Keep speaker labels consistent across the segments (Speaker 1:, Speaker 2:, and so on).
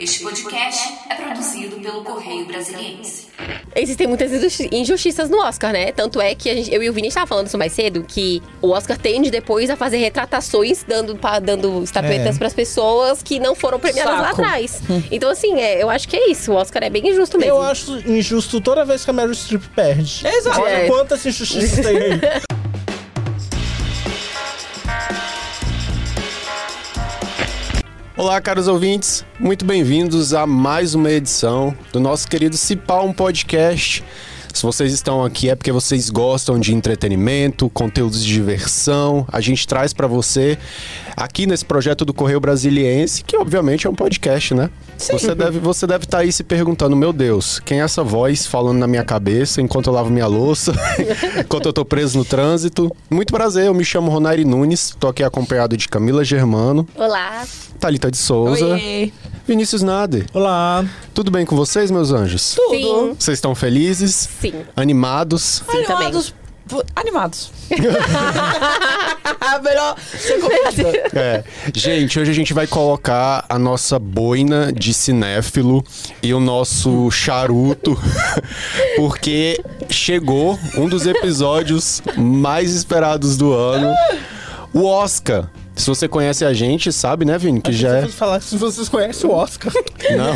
Speaker 1: Este podcast é produzido pelo Correio Brasiliense.
Speaker 2: Existem muitas injusti- injustiças no Oscar, né? Tanto é que a gente- eu e o Vini estava falando isso mais cedo, que o Oscar tende depois a fazer retratações, dando, pa- dando estatuetas
Speaker 3: É.
Speaker 2: para as pessoas que não foram premiadas lá
Speaker 3: Saco.
Speaker 2: atrás. Então, assim, é, eu acho que é isso. O Oscar é bem injusto mesmo.
Speaker 4: Eu acho injusto toda vez que a Meryl Streep perde.
Speaker 3: Exato.
Speaker 4: Olha
Speaker 2: É.
Speaker 4: quantas injustiças tem aí.
Speaker 5: Olá, caros ouvintes, muito bem-vindos a mais uma edição do nosso querido Cipal um Podcast. Se vocês estão aqui é porque vocês gostam de entretenimento, conteúdos de diversão. A gente traz pra você aqui nesse projeto do Correio Brasiliense, que obviamente é um podcast, né? Você deve você deve estar aí se perguntando, meu Deus, quem é essa voz falando na minha cabeça enquanto eu lavo minha louça, enquanto eu tô preso no trânsito? Muito prazer, eu me chamo Ronari Nunes, tô aqui acompanhado de Camila Germano.
Speaker 2: Olá.
Speaker 5: Thalita de Souza.
Speaker 3: Oiê.
Speaker 5: Vinícius Nader.
Speaker 4: Olá.
Speaker 5: Tudo bem com vocês, meus anjos?
Speaker 2: Sim,
Speaker 5: Vocês estão felizes?
Speaker 2: sim.
Speaker 5: Animados?
Speaker 2: Sim, também.
Speaker 3: Animados. pu- Animados. Melhor sem comida.
Speaker 5: É. Gente, hoje a gente vai colocar a nossa boina de cinéfilo e o nosso charuto, porque chegou um dos episódios mais esperados do ano, o Oscar. Se você conhece a gente, sabe, né, Vini? Que já é...
Speaker 4: Vocês falar se vocês conhecem o Oscar.
Speaker 5: Não.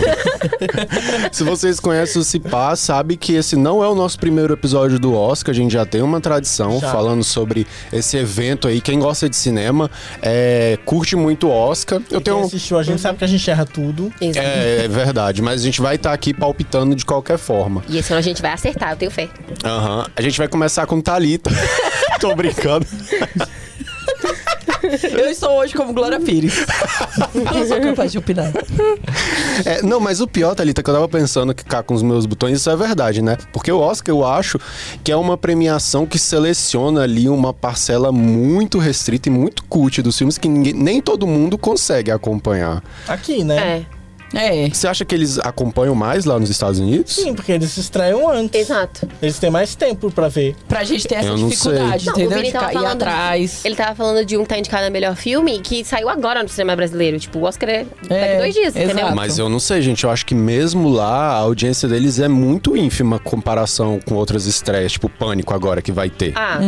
Speaker 5: Se vocês conhecem o Cipá, sabe que esse não é o nosso primeiro episódio do Oscar. A gente já tem uma tradição
Speaker 4: Já.
Speaker 5: falando sobre esse evento aí. Quem gosta de cinema é, curte muito o Oscar. Eu
Speaker 4: Quem
Speaker 5: tenho. um-
Speaker 4: assistiu a gente sabe que a gente erra tudo.
Speaker 2: Exato.
Speaker 5: É, é verdade, mas a gente vai estar aqui palpitando de qualquer forma.
Speaker 2: E esse ano a gente vai acertar, eu tenho fé.
Speaker 5: Aham. A gente vai começar com Thalita. Tô brincando.
Speaker 3: Eu estou hoje como Glória Pires. Não sou capaz de opinar.
Speaker 5: É, não, mas o pior, Thalita, que eu tava pensando que cá com os meus botões, isso é verdade, né? Porque o Oscar, eu acho que é uma premiação que seleciona ali uma parcela muito restrita e muito cult dos filmes que ninguém- nem todo mundo consegue acompanhar.
Speaker 4: Aqui, né?
Speaker 2: É.
Speaker 3: É.
Speaker 5: Você acha que eles acompanham mais lá nos Estados Unidos?
Speaker 4: Sim, porque eles se estreiam antes.
Speaker 2: É, Exato.
Speaker 4: Eles têm mais tempo pra ver.
Speaker 3: Pra gente ter essa
Speaker 5: Eu não
Speaker 3: dificuldade,
Speaker 2: Não, o
Speaker 3: entendeu?
Speaker 2: Vini
Speaker 3: De
Speaker 2: tava
Speaker 3: ca- ir
Speaker 2: falando-
Speaker 3: atrás.
Speaker 2: Ele tava falando de um que tá indicado a melhor filme que saiu agora no cinema brasileiro. Tipo, o Oscar é daqui dois dias,
Speaker 3: exato.
Speaker 2: entendeu?
Speaker 5: Mas eu não sei, gente. Eu acho que mesmo lá, a audiência deles é muito ínfima em comparação com outras estreias, tipo Pânico agora que vai ter.
Speaker 2: Ah,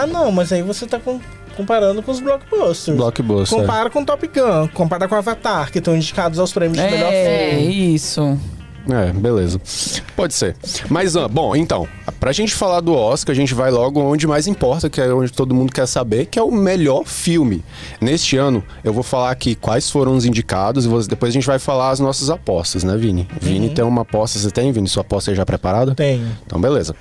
Speaker 4: Ah, não, mas aí você tá com- comparando com os blockbusters.
Speaker 5: Blockbuster.
Speaker 4: Compara com Top Gun, compara com Avatar, que estão indicados aos prêmios de melhor filme.
Speaker 3: É, isso.
Speaker 5: É, beleza. Pode ser. Mas, ah, bom, então, pra gente falar do Oscar, a gente vai logo onde mais importa, que é onde todo mundo quer saber, que é o melhor filme. Neste ano, eu vou falar aqui quais foram os indicados e vo- depois a gente vai falar as nossas apostas, né, Vini? Vini tem uma aposta, você tem, Vini? Sua aposta aí já preparada?
Speaker 4: Tem.
Speaker 5: Então, beleza.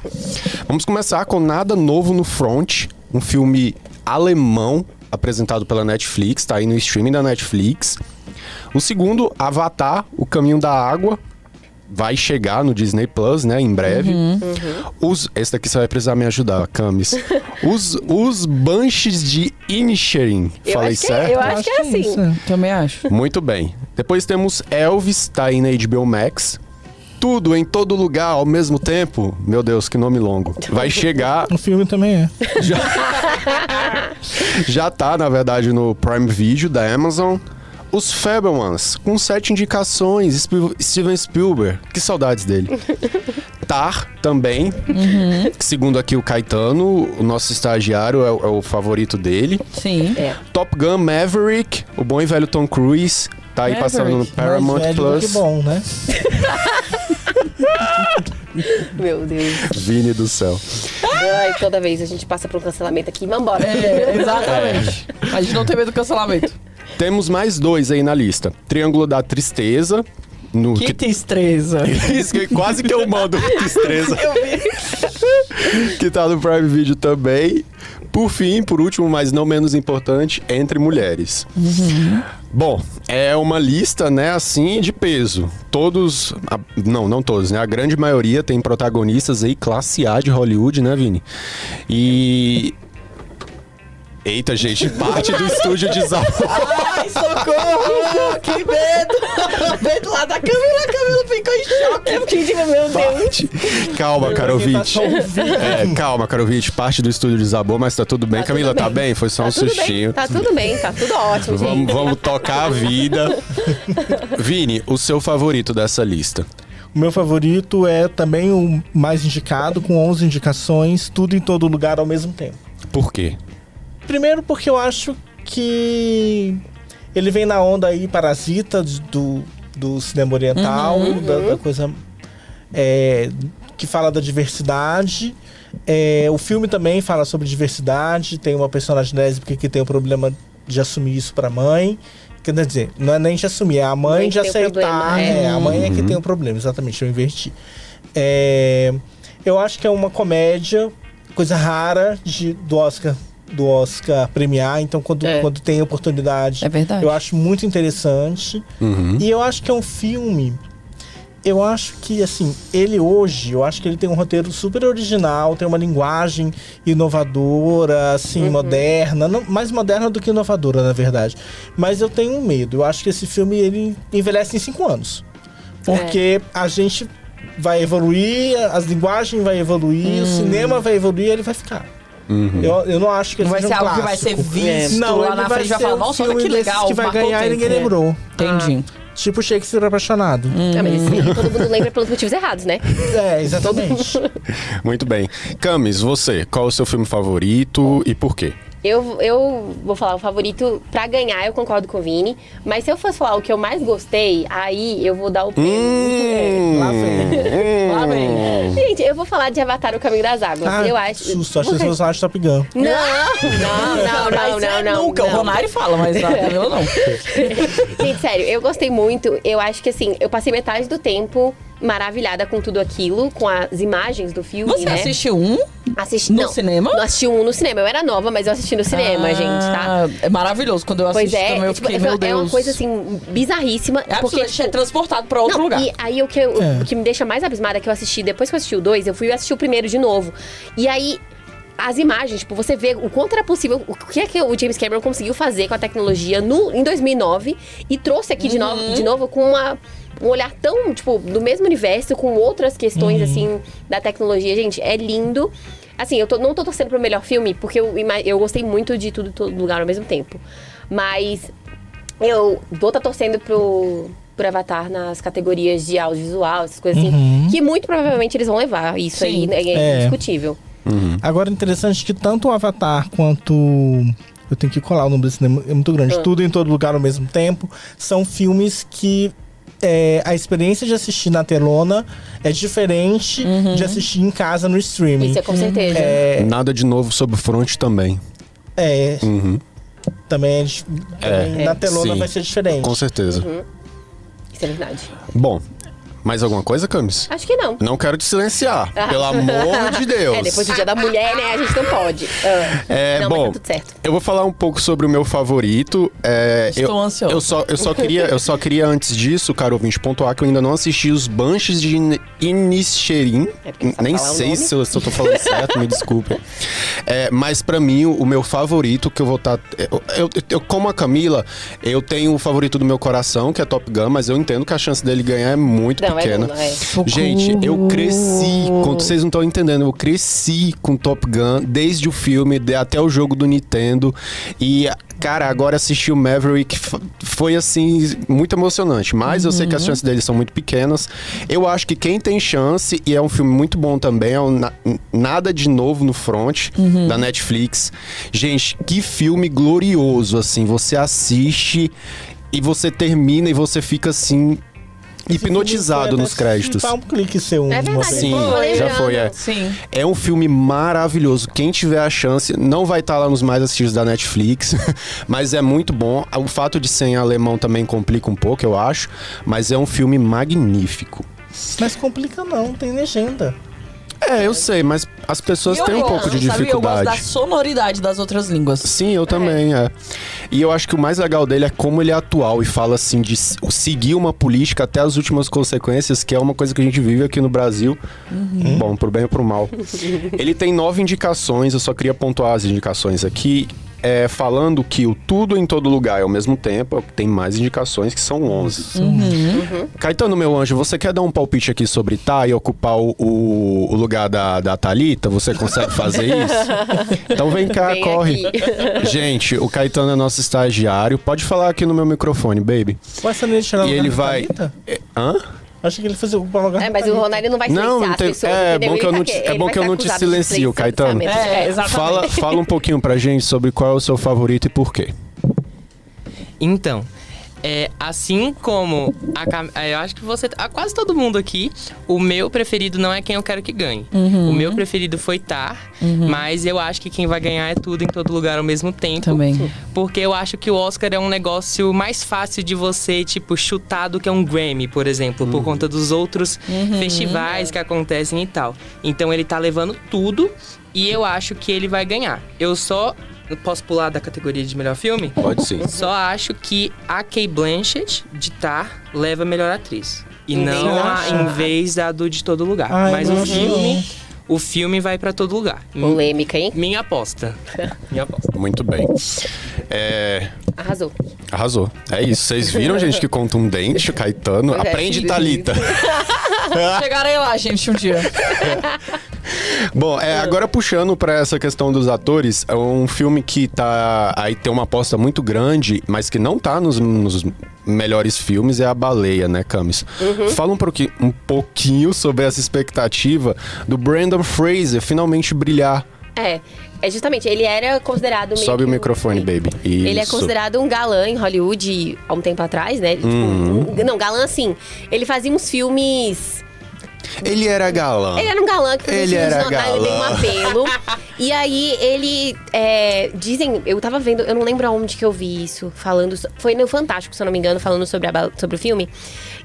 Speaker 5: Vamos começar com Nada Novo no Front, um filme alemão apresentado pela Netflix, tá aí no streaming da Netflix. O segundo, Avatar, O Caminho da Água, vai chegar no Disney Plus, né, em breve.
Speaker 2: Uhum.
Speaker 5: Uhum. Os, esse daqui você vai precisar me ajudar, Camis. Os, os Banshees de Inisherin.
Speaker 2: eu,
Speaker 5: Falei
Speaker 2: acho que
Speaker 5: certo?
Speaker 2: é, eu acho que é assim.
Speaker 3: Isso, também acho.
Speaker 5: Muito bem. Depois temos Elvis, tá aí na HBO Max. Tudo em todo lugar ao mesmo tempo. Meu Deus, que nome longo. Vai chegar,
Speaker 4: O filme também é.
Speaker 5: já tá, na verdade, no Prime Video da Amazon. Os Fabelmans, com sete indicações. Spiel- Steven Spielberg, que saudades dele. Tar também.
Speaker 4: Uhum.
Speaker 5: Segundo aqui o Caetano, o nosso estagiário é o- é o favorito dele.
Speaker 3: Sim.
Speaker 2: É.
Speaker 5: Top Gun Maverick, o bom e velho Tom Cruise, tá aí passando no
Speaker 3: Maverick,
Speaker 5: Paramount
Speaker 4: Mais velho do
Speaker 5: Plus.
Speaker 4: Que bom, né?
Speaker 2: Meu Deus.
Speaker 5: Vini do céu.
Speaker 2: Ai, toda vez a gente passa por um cancelamento aqui. Vambora.
Speaker 3: É, exatamente.
Speaker 5: É.
Speaker 3: A gente não tem medo do cancelamento.
Speaker 5: Temos mais dois aí na lista. Triângulo da Tristeza. No
Speaker 3: Que tristeza.
Speaker 5: Isso, que quase que eu mando tristeza. que tá no Prime Video também. Por fim, por último, mas não menos importante, Entre Mulheres. Bom, é uma lista, né, assim, de peso. Todos, a- não, não todos, né? A grande maioria tem protagonistas aí classe A de Hollywood, né, Vini? E... Eita, gente, parte do estúdio desabou.
Speaker 3: Ai, socorro! que medo! Vem do lado da Camila, Camila
Speaker 5: fica em choque.
Speaker 2: Eu fiquei tipo, meu Deus.
Speaker 5: Parte. Calma, Karovitch. É, calma, Karovitch. Parte do estúdio desabou, mas tá tudo bem.
Speaker 2: Tá
Speaker 5: Camila,
Speaker 2: tudo
Speaker 5: tá
Speaker 2: bem.
Speaker 5: bem? Foi só um
Speaker 2: tudo Bem,
Speaker 5: sustinho.
Speaker 2: tá tudo bem, tá tudo ótimo, gente.
Speaker 5: Vamos, vamos tocar a vida. Vini, o seu favorito dessa lista?
Speaker 4: O meu favorito é também o mais indicado, com 11 indicações, tudo em todo lugar ao mesmo tempo.
Speaker 5: Por quê?
Speaker 4: Primeiro porque eu acho que ele vem na onda aí parasita de- do, do cinema oriental,
Speaker 2: Uhum.
Speaker 4: da, da coisa é, que fala da diversidade. É, o filme também fala sobre diversidade, tem uma personagem lésbica que tem o problema de assumir isso pra mãe. Quer dizer, não é nem de assumir, é a mãe,
Speaker 2: Mãe que
Speaker 4: de
Speaker 2: tem o
Speaker 4: aceitar.
Speaker 2: problema, é.
Speaker 4: é, a mãe é que tem o problema, exatamente, eu inverti. É, eu acho que é uma comédia, coisa rara de, do Oscar do Oscar premiar, então quando,
Speaker 2: É.
Speaker 4: quando tem oportunidade,
Speaker 3: É verdade.
Speaker 4: eu acho muito interessante. E eu acho que é um filme. Eu acho que, assim, ele hoje, eu acho que ele tem um roteiro super original, tem uma linguagem inovadora, assim,
Speaker 3: Uhum.
Speaker 4: moderna. não- mais moderna do que inovadora, na verdade. Mas eu tenho um medo. Eu acho que esse filme, ele envelhece em cinco anos. Porque
Speaker 6: É.
Speaker 4: a gente vai evoluir, as linguagens vai evoluir,
Speaker 6: Hum.
Speaker 4: o cinema vai evoluir, ele vai ficar. Eu, eu não acho que ele
Speaker 6: Não vai
Speaker 4: seja
Speaker 6: ser
Speaker 4: um
Speaker 6: algo que vai ser
Speaker 4: clássico.
Speaker 6: visto
Speaker 4: Não,
Speaker 6: lá
Speaker 4: ele
Speaker 6: na
Speaker 4: vai
Speaker 6: frente e vai
Speaker 4: ser
Speaker 6: falar,
Speaker 4: um
Speaker 6: nossa, olha que
Speaker 4: filme desses
Speaker 6: legal.
Speaker 4: que vai
Speaker 6: marcou
Speaker 4: ganhar e
Speaker 6: tempo."
Speaker 4: ninguém
Speaker 6: É.
Speaker 4: lembrou.
Speaker 6: Entendi. Hum.
Speaker 4: Tipo Shakespeare apaixonado.
Speaker 2: Ah, mas esse, todo mundo lembra pelos motivos errados, né?
Speaker 4: É, exatamente.
Speaker 5: Muito bem. Camis, você, qual é o seu filme favorito e por quê?
Speaker 2: Eu, eu vou falar o favorito pra ganhar, eu concordo com o Vini. Mas se eu fosse falar o que eu mais gostei, aí eu vou dar o prêmio. é,
Speaker 5: Hum.
Speaker 2: Tá
Speaker 4: Lá vem.
Speaker 6: Lá vem.
Speaker 2: Gente, eu vou falar de Avatar o Caminho das Águas.
Speaker 4: Ah,
Speaker 2: eu acho.
Speaker 4: susto, acho que as pessoas acham Top Gun.
Speaker 2: Não, não, não, não,
Speaker 6: Mas
Speaker 2: não,
Speaker 6: é
Speaker 2: não.
Speaker 6: Nunca, o
Speaker 2: não.
Speaker 6: Ronari fala, mas a Camila não.
Speaker 2: Gente, sério, eu gostei muito. Eu acho que assim, eu passei metade do tempo maravilhada com tudo aquilo, com as imagens do filme,
Speaker 6: Você
Speaker 2: né?
Speaker 6: assiste um
Speaker 2: Assisti,
Speaker 6: no
Speaker 2: não,
Speaker 6: cinema?
Speaker 2: Não assisti um no cinema. Eu era nova, mas eu assisti no cinema,
Speaker 6: Ah,
Speaker 2: gente, tá?
Speaker 6: É maravilhoso. Quando eu
Speaker 2: Pois
Speaker 6: assisti
Speaker 2: é,
Speaker 6: também, eu
Speaker 2: tipo,
Speaker 6: fiquei,
Speaker 2: é
Speaker 6: meu
Speaker 2: uma- é
Speaker 6: Deus.
Speaker 2: uma coisa assim, bizarríssima.
Speaker 6: É
Speaker 2: porque,
Speaker 6: absurdo, a gente é
Speaker 2: tipo,
Speaker 6: transportado pra outro
Speaker 2: não,
Speaker 6: lugar.
Speaker 2: E aí o que, eu-
Speaker 4: É.
Speaker 2: o que me deixa mais abismada é que eu assisti, depois que eu assisti o 2, eu fui assistir o primeiro de novo. E aí. As imagens, tipo, você vê o quanto era possível, o que é que o James Cameron conseguiu fazer com a tecnologia no, em 2009 e trouxe aqui de,
Speaker 6: Uhum.
Speaker 2: novo, de novo com uma, um olhar tão, tipo, do mesmo universo, com outras questões, assim, da tecnologia. Gente, é lindo. Assim, eu tô- não tô torcendo pro melhor filme, porque eu, ima- eu gostei muito de tudo em todo lugar ao mesmo tempo. Mas eu vou estar torcendo pro, pro Avatar nas categorias de audiovisual, essas coisas
Speaker 5: Uhum.
Speaker 2: assim. Que muito provavelmente eles vão levar. Isso aí
Speaker 6: Sim.
Speaker 2: né, é,
Speaker 4: É.
Speaker 2: indiscutível.
Speaker 4: Agora, interessante que tanto o Avatar quanto. Eu tenho que colar o nome desse cinema, é muito
Speaker 2: Ah.
Speaker 4: grande. Tudo em todo lugar ao mesmo tempo. São filmes que. é, a experiência de assistir na telona é diferente de assistir em casa no streaming.
Speaker 2: Uhum. Isso
Speaker 5: Uhum.
Speaker 2: é com certeza.
Speaker 5: Nada de novo sobre o front também.
Speaker 4: É. Também, é dif- também
Speaker 2: É.
Speaker 4: na telona
Speaker 5: Uhum. sim.
Speaker 4: vai ser diferente.
Speaker 5: Com certeza.
Speaker 2: Isso é verdade.
Speaker 5: Bom, mais alguma coisa, Camis?
Speaker 2: Acho que não.
Speaker 5: Não quero te silenciar, pelo amor de
Speaker 2: Ah.
Speaker 5: Deus.
Speaker 2: É, depois do dia da mulher, né? A gente não pode. Ah,
Speaker 5: É,
Speaker 2: não,
Speaker 5: bom,
Speaker 2: mas tá tudo certo.
Speaker 5: eu vou falar um pouco sobre o meu favorito. É,
Speaker 6: Estou
Speaker 5: eu,
Speaker 6: ansioso.
Speaker 5: Eu só, eu só queria, eu só queria antes disso, caro ouvinte, pontuar que eu ainda não assisti os Banshees de In- Inisherin.
Speaker 2: É porque não sabe
Speaker 5: Nem
Speaker 2: falar o
Speaker 5: sei
Speaker 2: nome.
Speaker 5: se eu, se eu tô falando certo, me desculpem. É, mas pra mim, o, o meu favorito que eu vou estar... eu, eu- eu- como a Camila, eu tenho o favorito do meu coração, que é Top Gun, mas eu entendo que a chance dele ganhar é muito
Speaker 2: Não, é
Speaker 5: pequena.
Speaker 2: duro, é.
Speaker 5: Gente, eu cresci, quando vocês não estão entendendo, eu cresci com Top Gun, desde o filme de- até o jogo do Nintendo. E, cara, agora assistir o Maverick f- foi, assim, muito emocionante. Mas eu sei que as chances deles são muito pequenas. Eu acho que quem tem chance, e é um filme muito bom também, é o Na- Nada de Novo no Front, da Netflix. Gente, que filme glorioso, assim. Você assiste e você termina e você fica, assim... Hipnotizado nos créditos.
Speaker 4: Dá um clique seu.
Speaker 2: É verdade,
Speaker 4: você.
Speaker 5: Sim,
Speaker 2: Foi,
Speaker 5: já
Speaker 2: né?
Speaker 5: foi, é.
Speaker 6: Sim.
Speaker 5: É um filme maravilhoso. Quem tiver a chance, não vai estar lá nos mais assistidos da Netflix, mas é muito bom. O fato de ser em alemão também complica um pouco, eu acho, mas é um filme magnífico.
Speaker 4: Mas complica não, tem legenda.
Speaker 5: É, eu sei, mas as pessoas
Speaker 6: E eu
Speaker 5: têm um
Speaker 6: gosto,
Speaker 5: pouco de
Speaker 6: sabe? Eu gosto da
Speaker 5: dificuldade.
Speaker 6: sonoridade das outras línguas.
Speaker 5: Sim, eu também, é. E eu acho que o mais legal dele é como ele é atual e fala assim de s- seguir uma política até as últimas consequências, que é uma coisa que a gente vive aqui no Brasil. Bom, pro bem ou pro mal. ele tem nove indicações, eu só queria pontuar as indicações aqui. é, falando que o tudo em todo lugar é ao mesmo tempo, é o que tem mais indicações, que são 11. Caetano, meu anjo, você quer dar um palpite aqui sobre Tá e ocupar o, o- o lugar da, da Thalita? Você consegue fazer isso? Então vem cá,
Speaker 2: Vem
Speaker 5: corre. Gente, o Caetano é nosso estagiário. Pode falar aqui no meu microfone, baby.
Speaker 4: Ué, você não ia tirar o
Speaker 5: e
Speaker 4: lugar
Speaker 5: ele
Speaker 4: da
Speaker 5: vai.
Speaker 4: Tá Thalita?
Speaker 5: É, Hã?
Speaker 4: Achei que ele fazia o lugar
Speaker 2: É,
Speaker 4: da
Speaker 2: mas o
Speaker 4: Thalita.
Speaker 2: Ronaldo não vai silenciar
Speaker 5: Não, não
Speaker 2: as
Speaker 5: tem-
Speaker 2: pessoas,
Speaker 5: é,
Speaker 2: entendeu?
Speaker 5: bom que
Speaker 2: Ele
Speaker 5: eu
Speaker 2: tá
Speaker 5: não te- é
Speaker 2: ele
Speaker 5: bom
Speaker 2: vai
Speaker 5: que eu
Speaker 2: ser
Speaker 5: não te
Speaker 2: acusado de
Speaker 5: silencio, Caetano.
Speaker 2: silenciamento.
Speaker 6: É, exatamente.
Speaker 5: Fala, fala um pouquinho pra gente sobre qual é o seu favorito e por quê.
Speaker 7: Então, é, assim como a Cam- é, eu acho que você, a quase todo mundo aqui, o meu preferido não é quem eu quero que ganhe. O meu preferido foi Tar, mas eu acho que quem vai ganhar é tudo em todo lugar ao mesmo tempo.
Speaker 6: Também.
Speaker 7: Porque eu acho que o Oscar é um negócio mais fácil de você, tipo, chutar do que um Grammy, por exemplo, por conta dos outros festivais que acontecem e tal. Então ele tá levando tudo e eu acho que ele vai ganhar. Eu só. Posso pular da categoria de melhor filme?
Speaker 5: Pode sim.
Speaker 7: Só acho que a Kate Blanchett de Tar leva a melhor atriz. E não a, em vez da do de todo lugar.
Speaker 4: Ai,
Speaker 7: Mas
Speaker 4: não,
Speaker 7: o filme, o filme vai pra todo lugar.
Speaker 2: Polêmica, hein?
Speaker 7: Minha aposta. Minha aposta.
Speaker 5: Muito bem. É,
Speaker 2: Arrasou.
Speaker 5: Arrasou. É isso. Vocês viram, gente, que contundente o Caetano?
Speaker 2: Pois é,
Speaker 5: Aprende,
Speaker 2: sim,
Speaker 5: Thalita.
Speaker 6: Chegarei lá, gente, um dia.
Speaker 5: Bom, é, agora puxando pra essa questão dos atores, é um filme que tá. Aí tem uma aposta muito grande, mas que não tá nos, nos melhores filmes, é A Baleia, né, Camis?
Speaker 2: Uhum.
Speaker 5: Fala um, proqui- um pouquinho sobre essa expectativa do Brandon Fraser finalmente brilhar.
Speaker 2: É. É justamente, ele era considerado meio
Speaker 5: Sobe o
Speaker 2: que um-
Speaker 5: microfone, baby. Isso.
Speaker 2: Ele é considerado um galã em Hollywood há um tempo atrás, né? Ele, tipo, um- não, galã assim. Ele fazia uns filmes.
Speaker 5: Ele era galã.
Speaker 2: Ele era um galã que fazia
Speaker 5: Ele
Speaker 2: uns filmes
Speaker 5: era
Speaker 2: no- na- ele deu um
Speaker 5: galã.
Speaker 2: apelo. e aí ele. é, dizem, eu tava vendo, eu não lembro aonde que eu vi isso, falando. so- Foi no Fantástico, se eu não me engano, falando sobre, a ba- sobre o filme.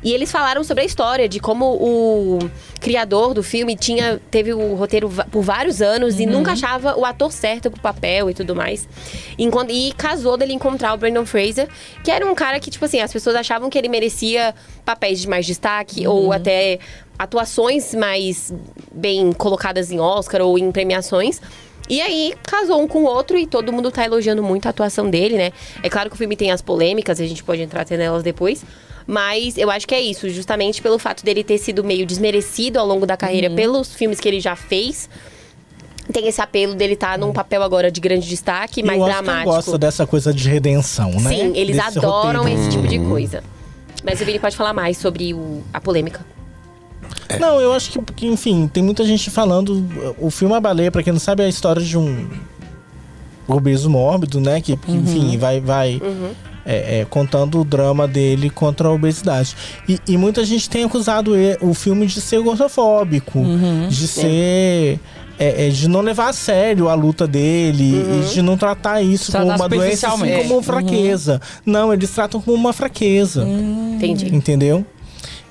Speaker 2: E eles falaram sobre a história de como o criador do filme tinha teve o roteiro va- por vários anos
Speaker 5: Uhum.
Speaker 2: e nunca achava o ator certo pro papel e tudo mais. Enquanto- e casou dele encontrar o Brandon Fraser, que era um cara que, tipo assim, as pessoas achavam que ele merecia papéis de mais destaque
Speaker 4: Uhum.
Speaker 2: ou até atuações mais bem colocadas em Oscar ou em premiações. E aí, casou um com o outro e todo mundo tá elogiando muito a atuação dele, né? É claro que o filme tem as polêmicas, a gente pode entrar até nelas depois. Mas eu acho que é isso, justamente pelo fato dele ter sido meio desmerecido ao longo da carreira
Speaker 4: Uhum.
Speaker 2: pelos filmes que ele já fez. Tem esse apelo dele estar num papel agora de grande destaque,
Speaker 4: E
Speaker 2: mais
Speaker 4: o Oscar
Speaker 2: dramático.
Speaker 4: gosta dessa coisa de redenção, né?
Speaker 2: Sim, eles
Speaker 4: Desse
Speaker 2: adoram
Speaker 4: roteiro.
Speaker 2: esse tipo de coisa. Mas o Vini pode falar mais sobre o- a polêmica.
Speaker 6: É.
Speaker 4: Não, eu acho que, que, enfim, tem muita gente falando. O filme A Baleia, pra quem não sabe, é a história de um obeso mórbido, né? Que, que,
Speaker 6: Uhum.
Speaker 4: enfim, vai, vai é, é, contando o drama dele contra a obesidade. E, e muita gente tem acusado e- o filme de ser gordofóbico,
Speaker 6: Uhum.
Speaker 4: de ser. é, é, de não levar a sério a luta dele e de não tratar isso
Speaker 6: Uhum. Tratar
Speaker 4: como uma doença, assim,
Speaker 6: superficialmente. Uhum.
Speaker 4: como fraqueza. Não, eles tratam como uma fraqueza.
Speaker 2: Entendi.
Speaker 4: Entendeu?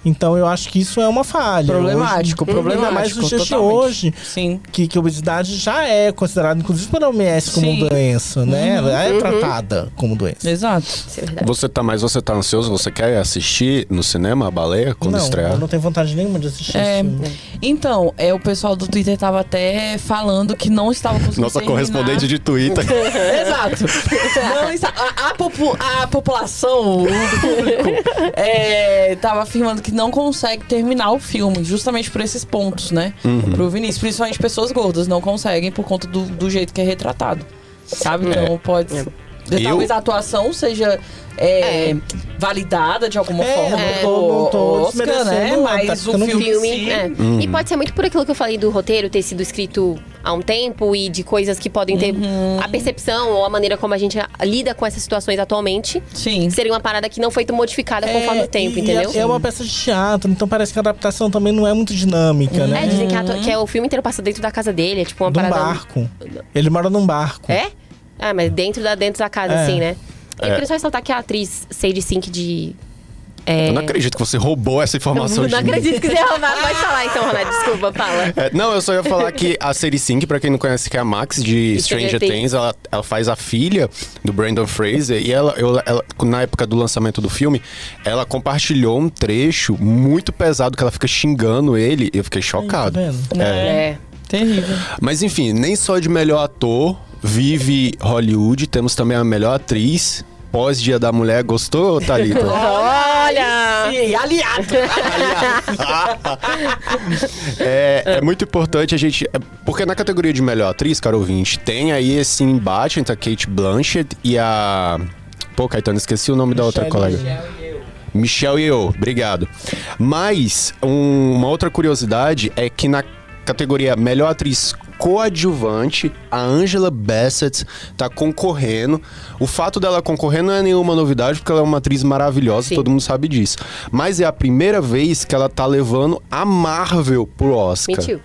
Speaker 4: Então eu acho que isso é uma falha.
Speaker 6: Problemático,
Speaker 5: Uhum.
Speaker 4: Hoje,
Speaker 6: problemático.
Speaker 4: Ainda mais nos dias de
Speaker 6: totalmente.
Speaker 4: hoje,
Speaker 6: Sim.
Speaker 4: que, que a obesidade já é considerada, inclusive pela OMS, como
Speaker 6: Sim.
Speaker 4: doença, né? Ela é tratada como doença.
Speaker 6: Exato.
Speaker 2: Isso é verdade.
Speaker 5: Você tá, mas você tá ansioso? Você quer assistir no cinema a baleia quando
Speaker 4: não,
Speaker 5: estrear?
Speaker 4: eu não tenho vontade nenhuma de assistir
Speaker 6: É,
Speaker 4: isso.
Speaker 2: né?
Speaker 6: Então, é, o pessoal do Twitter tava até falando que não estava conseguindo.
Speaker 5: Nossa
Speaker 6: terminar.
Speaker 5: correspondente de Twitter.
Speaker 6: Exato. Não está- a, a popu- a população, o público, é, tava afirmando que não consegue terminar o filme, justamente por esses pontos, né?
Speaker 4: Uhum.
Speaker 6: Pro Vinícius. Principalmente pessoas gordas não conseguem por conta do, do jeito que é retratado. Sabe?
Speaker 4: É.
Speaker 6: Então pode. Talvez a atuação seja. é, validada de alguma
Speaker 4: É,
Speaker 6: forma
Speaker 4: não
Speaker 6: pelo
Speaker 4: tô- não tô
Speaker 6: Oscar, né?
Speaker 4: desmerecendo, tá
Speaker 6: Mas o
Speaker 4: ficando um
Speaker 6: filme,
Speaker 2: filme.
Speaker 6: em si-
Speaker 2: é.
Speaker 4: Hum.
Speaker 2: E pode ser muito por aquilo que eu falei do roteiro ter sido escrito há um tempo e de coisas que podem ter
Speaker 4: Uhum.
Speaker 2: a percepção ou a maneira como a gente a- lida com essas situações atualmente.
Speaker 6: Sim.
Speaker 2: Seria uma parada que não foi modificada conforme o tempo,
Speaker 4: É, e-
Speaker 2: entendeu?
Speaker 4: e É uma peça de teatro, então parece que a adaptação também não é muito dinâmica,
Speaker 2: É,
Speaker 4: né?
Speaker 2: dizem que, a ato- que é o filme inteiro passa dentro da casa dele, é tipo uma
Speaker 4: De um
Speaker 2: parada.
Speaker 4: barco. Ele mora num barco.
Speaker 2: É? Ah, mas dentro da, dentro da casa,
Speaker 4: É.
Speaker 2: assim, né? Eu queria só ressaltar que a atriz Sadie Sink de.
Speaker 5: Eu não acredito que você roubou essa informação
Speaker 2: É. não
Speaker 5: de mim.
Speaker 2: acredito que você roubado. Pode falar então, Ronaldo. Desculpa, fala.
Speaker 5: É, não, eu só ia falar que a Sadie Sink, pra quem não conhece, que é a Max de
Speaker 2: Stranger
Speaker 5: Stranger,
Speaker 2: Things.
Speaker 5: Things, ela, ela faz a filha do Brandon Fraser e ela, eu- ela- na época do lançamento do filme, ela compartilhou um trecho muito pesado que ela fica xingando ele. Eu fiquei
Speaker 4: Tá
Speaker 5: chocado.
Speaker 4: vendo?
Speaker 2: É.
Speaker 6: Terrível.
Speaker 5: Mas enfim, nem só de melhor ator Vive Hollywood, temos também a melhor atriz. Pós-Dia da Mulher, gostou, Thalita?
Speaker 2: Olha!
Speaker 6: E aliado.
Speaker 5: é, é muito importante a gente. é, Porque na categoria de melhor atriz, cara ouvinte, tem aí esse embate entre a Kate Blanchett e a. Pô, Caetano, esqueci o nome da outra
Speaker 4: Michelle
Speaker 5: colega. Michelle Yeoh, obrigado. Mas um- uma outra curiosidade é que na categoria Melhor Atriz Coadjuvante, a Angela Bassett tá concorrendo. O fato dela concorrer não é nenhuma novidade, porque ela é uma atriz maravilhosa, todo mundo sabe disso. Mas é a primeira vez que ela tá levando a Marvel pro Oscar.
Speaker 2: Mentiu.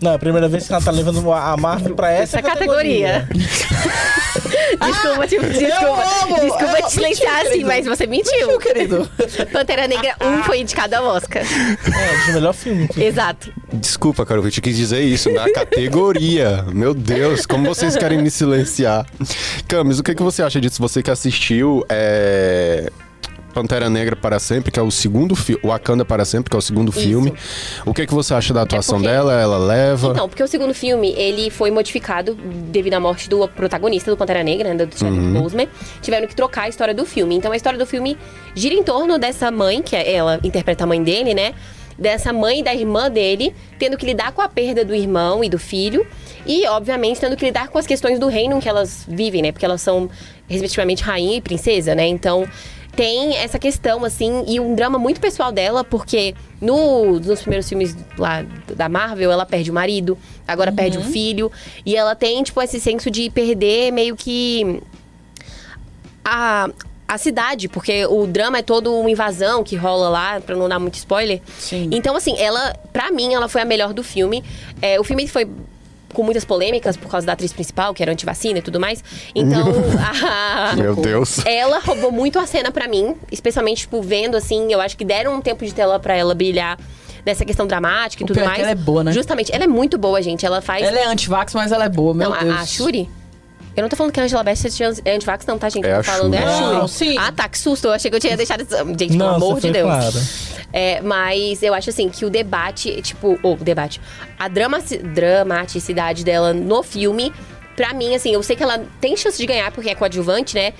Speaker 4: Não, é a primeira vez que ela tá levando a Marvel pra essa,
Speaker 2: Essa categoria. desculpa, te, desculpa.
Speaker 6: amo!
Speaker 2: desculpa
Speaker 6: Eu-
Speaker 2: te silenciar
Speaker 6: Mentiu,
Speaker 2: assim, mas você mentiu.
Speaker 6: Meu querido.
Speaker 2: Pantera Negra 1 foi indicado ao Oscar.
Speaker 4: É, de melhor filme. inclusive.
Speaker 2: Exato.
Speaker 5: Desculpa, cara, eu te quis dizer isso, na categoria. Meu Deus, como vocês querem me silenciar. Camis, o que, que você acha disso? Você que assistiu é, Pantera Negra para Sempre, que é o segundo filme, Wakanda para Sempre, que é o segundo filme. O que, que você acha
Speaker 4: É
Speaker 5: da atuação
Speaker 2: porque-
Speaker 5: dela? Ela leva?
Speaker 2: Então, porque o segundo filme, ele foi modificado devido à morte do protagonista do Pantera Negra, né, do Chadwick Boseman. Tiveram que trocar a história do filme. Então, a história do filme gira em torno dessa mãe, que é- ela interpreta a mãe dele, né? Dessa mãe e da irmã dele, tendo que lidar com a perda do irmão e do filho. E, obviamente, tendo que lidar com as questões do reino em que elas vivem, né? Porque elas são, respectivamente, rainha e princesa, né? Então, tem essa questão, assim, e um drama muito pessoal dela, porque no- nos primeiros filmes lá da Marvel, ela perde o marido, agora perde o filho, e ela tem, tipo, esse senso de perder meio que a, a cidade, porque o drama é todo uma invasão que rola lá, pra não dar muito spoiler.
Speaker 6: Sim.
Speaker 2: Então, assim, ela, pra mim, ela foi a melhor do filme. É, o filme foi com muitas polêmicas por causa da atriz principal, que era antivacina e tudo mais. Então, a,
Speaker 4: Então,
Speaker 5: Meu
Speaker 4: é,
Speaker 5: Deus.
Speaker 2: ela roubou muito a cena pra mim, especialmente, tipo, vendo assim, eu acho que deram um tempo de tela pra ela brilhar nessa questão dramática e
Speaker 6: O
Speaker 2: tudo
Speaker 6: pior é
Speaker 2: mais.
Speaker 6: que ela é boa, né?
Speaker 2: Justamente, ela é muito boa, gente. Ela faz.
Speaker 6: Ela é antivax, mas ela é boa, meu
Speaker 2: não, a-
Speaker 6: Deus.
Speaker 2: a, Shuri. Eu não tô falando que a Angela Bassett é anti- é antivax, não, tá, gente?
Speaker 5: É
Speaker 2: Eu tô
Speaker 5: a
Speaker 2: falando,
Speaker 5: Shuri.
Speaker 2: é a Shuri.
Speaker 6: Não, sim.
Speaker 2: Ah, tá, que susto. Eu achei que eu tinha deixado. isso- Gente, pelo
Speaker 4: Não,
Speaker 2: amor
Speaker 4: você
Speaker 2: de
Speaker 4: foi
Speaker 2: Deus.
Speaker 4: clara.
Speaker 2: É, mas eu acho assim que o debate, tipo, ou debate, a drama, dramaticidade dela no filme, pra mim, assim, eu sei que ela tem chance de ganhar porque é coadjuvante, né?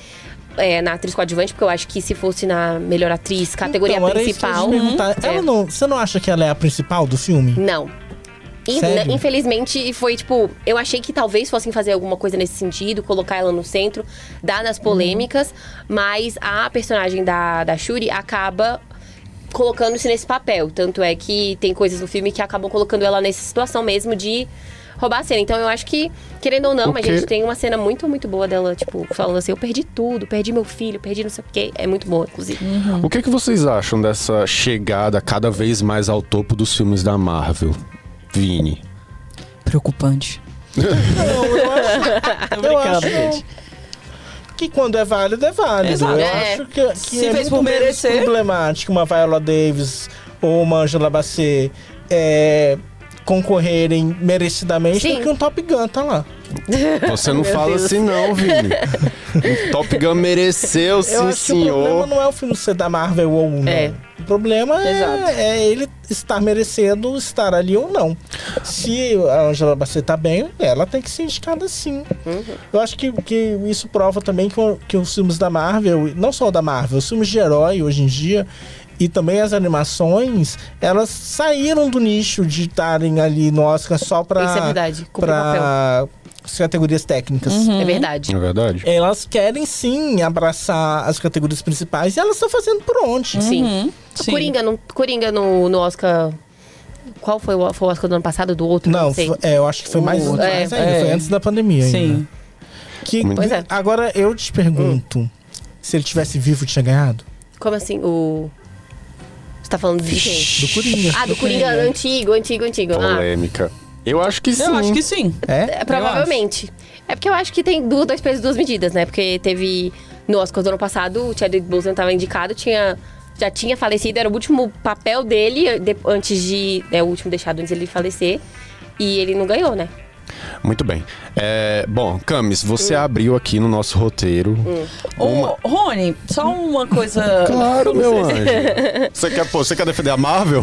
Speaker 2: É, na atriz coadjuvante, porque eu acho que se fosse na melhor atriz, categoria
Speaker 4: Então, era isso que eu ia te
Speaker 2: principal.
Speaker 4: perguntar.
Speaker 2: é.
Speaker 4: Ela não, você não acha que ela é a principal do filme?
Speaker 2: Não. In-
Speaker 4: Sério?
Speaker 2: Infelizmente, foi tipo. Eu achei que talvez fossem fazer alguma coisa nesse sentido, colocar ela no centro, dar nas polêmicas, mas a personagem da, da Shuri acaba colocando-se nesse papel. Tanto é que tem coisas no filme que acabam colocando ela nessa situação mesmo de roubar a cena. Então eu acho que, querendo ou não,
Speaker 5: O
Speaker 2: mas
Speaker 5: quê?
Speaker 2: gente tem uma cena muito, muito boa dela, tipo, falando assim: eu perdi tudo, perdi meu filho, perdi não sei o quê. É muito boa, inclusive.
Speaker 4: Hum.
Speaker 5: O que, que vocês acham dessa chegada cada vez mais ao topo dos filmes da Marvel? Vini.
Speaker 6: Preocupante.
Speaker 4: Eu acho que quando é válido, é válido.
Speaker 6: Exato.
Speaker 4: Eu
Speaker 2: É.
Speaker 4: acho que, que
Speaker 6: Se
Speaker 4: é
Speaker 6: fez
Speaker 4: muito
Speaker 6: por
Speaker 4: menos
Speaker 6: merecer.
Speaker 4: problemático uma Viola Davis ou uma Angela Bassett é, concorrerem merecidamente
Speaker 2: Sim.
Speaker 4: do que um Top Gun, tá lá.
Speaker 5: Você não fala assim, não, Vini. O Top Gun mereceu,
Speaker 4: Eu
Speaker 5: sim,
Speaker 4: acho que o problema
Speaker 5: senhor.
Speaker 4: não é o filme ser da Marvel ou não.
Speaker 2: É.
Speaker 4: O problema
Speaker 6: Exato.
Speaker 4: é, é ele estar merecendo estar ali ou não. Se a Angela Bassett tá bem, ela tem que ser indicada sim.
Speaker 2: Uhum.
Speaker 4: Eu acho que, que isso prova também que, o- que os filmes da Marvel, não só o da Marvel, os filmes de herói hoje em dia e também as animações, elas saíram do nicho de estarem ali no Oscar só pra...
Speaker 2: Isso é verdade, cumpre o papel.
Speaker 4: Pra as categorias técnicas.
Speaker 2: É verdade.
Speaker 5: É verdade?
Speaker 4: Elas querem sim abraçar as categorias principais e elas estão fazendo por onde.
Speaker 2: Sim.
Speaker 6: Sim.
Speaker 2: Coringa, no, Coringa no, no Oscar. Qual foi o, foi o Oscar do ano passado? Do outro?
Speaker 4: Não,
Speaker 2: sei.
Speaker 4: fo- é, eu acho que foi mais,
Speaker 6: O-
Speaker 4: mais
Speaker 2: é,
Speaker 4: ainda,
Speaker 6: é.
Speaker 4: foi antes da pandemia ainda.
Speaker 6: Sim.
Speaker 4: Que,
Speaker 2: Pois é.
Speaker 4: Agora eu te pergunto, se ele tivesse vivo, tinha ganhado?
Speaker 2: Como assim? O. Você tá falando de quem?
Speaker 4: Do Coringa.
Speaker 2: Ah, do Coringa antigo, antigo, antigo. Ah,
Speaker 5: Polêmica. Eu acho que sim.
Speaker 6: Eu acho que sim.
Speaker 4: É?
Speaker 2: é, provavelmente. É porque eu acho que tem du- dois pesos e duas medidas, né? Porque teve. No Oscar do ano passado, o Chadwick Boseman tava indicado, tinha. Já tinha falecido, era o último papel dele de- antes de. É o último deixado antes dele falecer. E ele não ganhou, né?
Speaker 5: Muito bem. É, bom, Camis, você
Speaker 6: Hum.
Speaker 5: abriu aqui no nosso roteiro.
Speaker 6: Ô, Rony, só uma coisa.
Speaker 5: Claro, meu anjo. Você quer, pô, você quer defender a Marvel?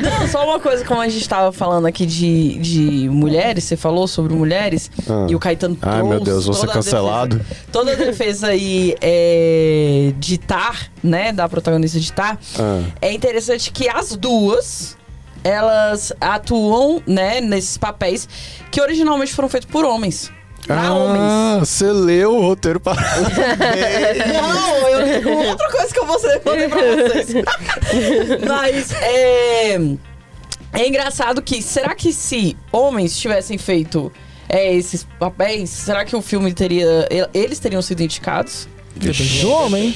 Speaker 6: Não, só uma coisa, como a gente tava falando aqui de, de mulheres, você falou sobre mulheres,
Speaker 5: Ah.
Speaker 6: e o Caetano
Speaker 5: Ai,
Speaker 6: trouxe
Speaker 5: meu Deus, vou ser
Speaker 6: toda a defesa-
Speaker 5: cancelado.
Speaker 6: toda a defesa aí é, de Tar, né, da protagonista de Tar,
Speaker 5: Ah.
Speaker 6: é interessante que as duas, elas atuam, né, nesses papéis que originalmente foram feitos por homens. Pra homens.
Speaker 5: ah, você leu o roteiro para.
Speaker 6: Não, eu, outra coisa que eu vou ser- mandei pra vocês. Mas é, é engraçado que será que se homens tivessem feito é, esses papéis, será que o filme teria. e- Eles teriam sido indicados?
Speaker 5: Vixe.
Speaker 4: Do homem.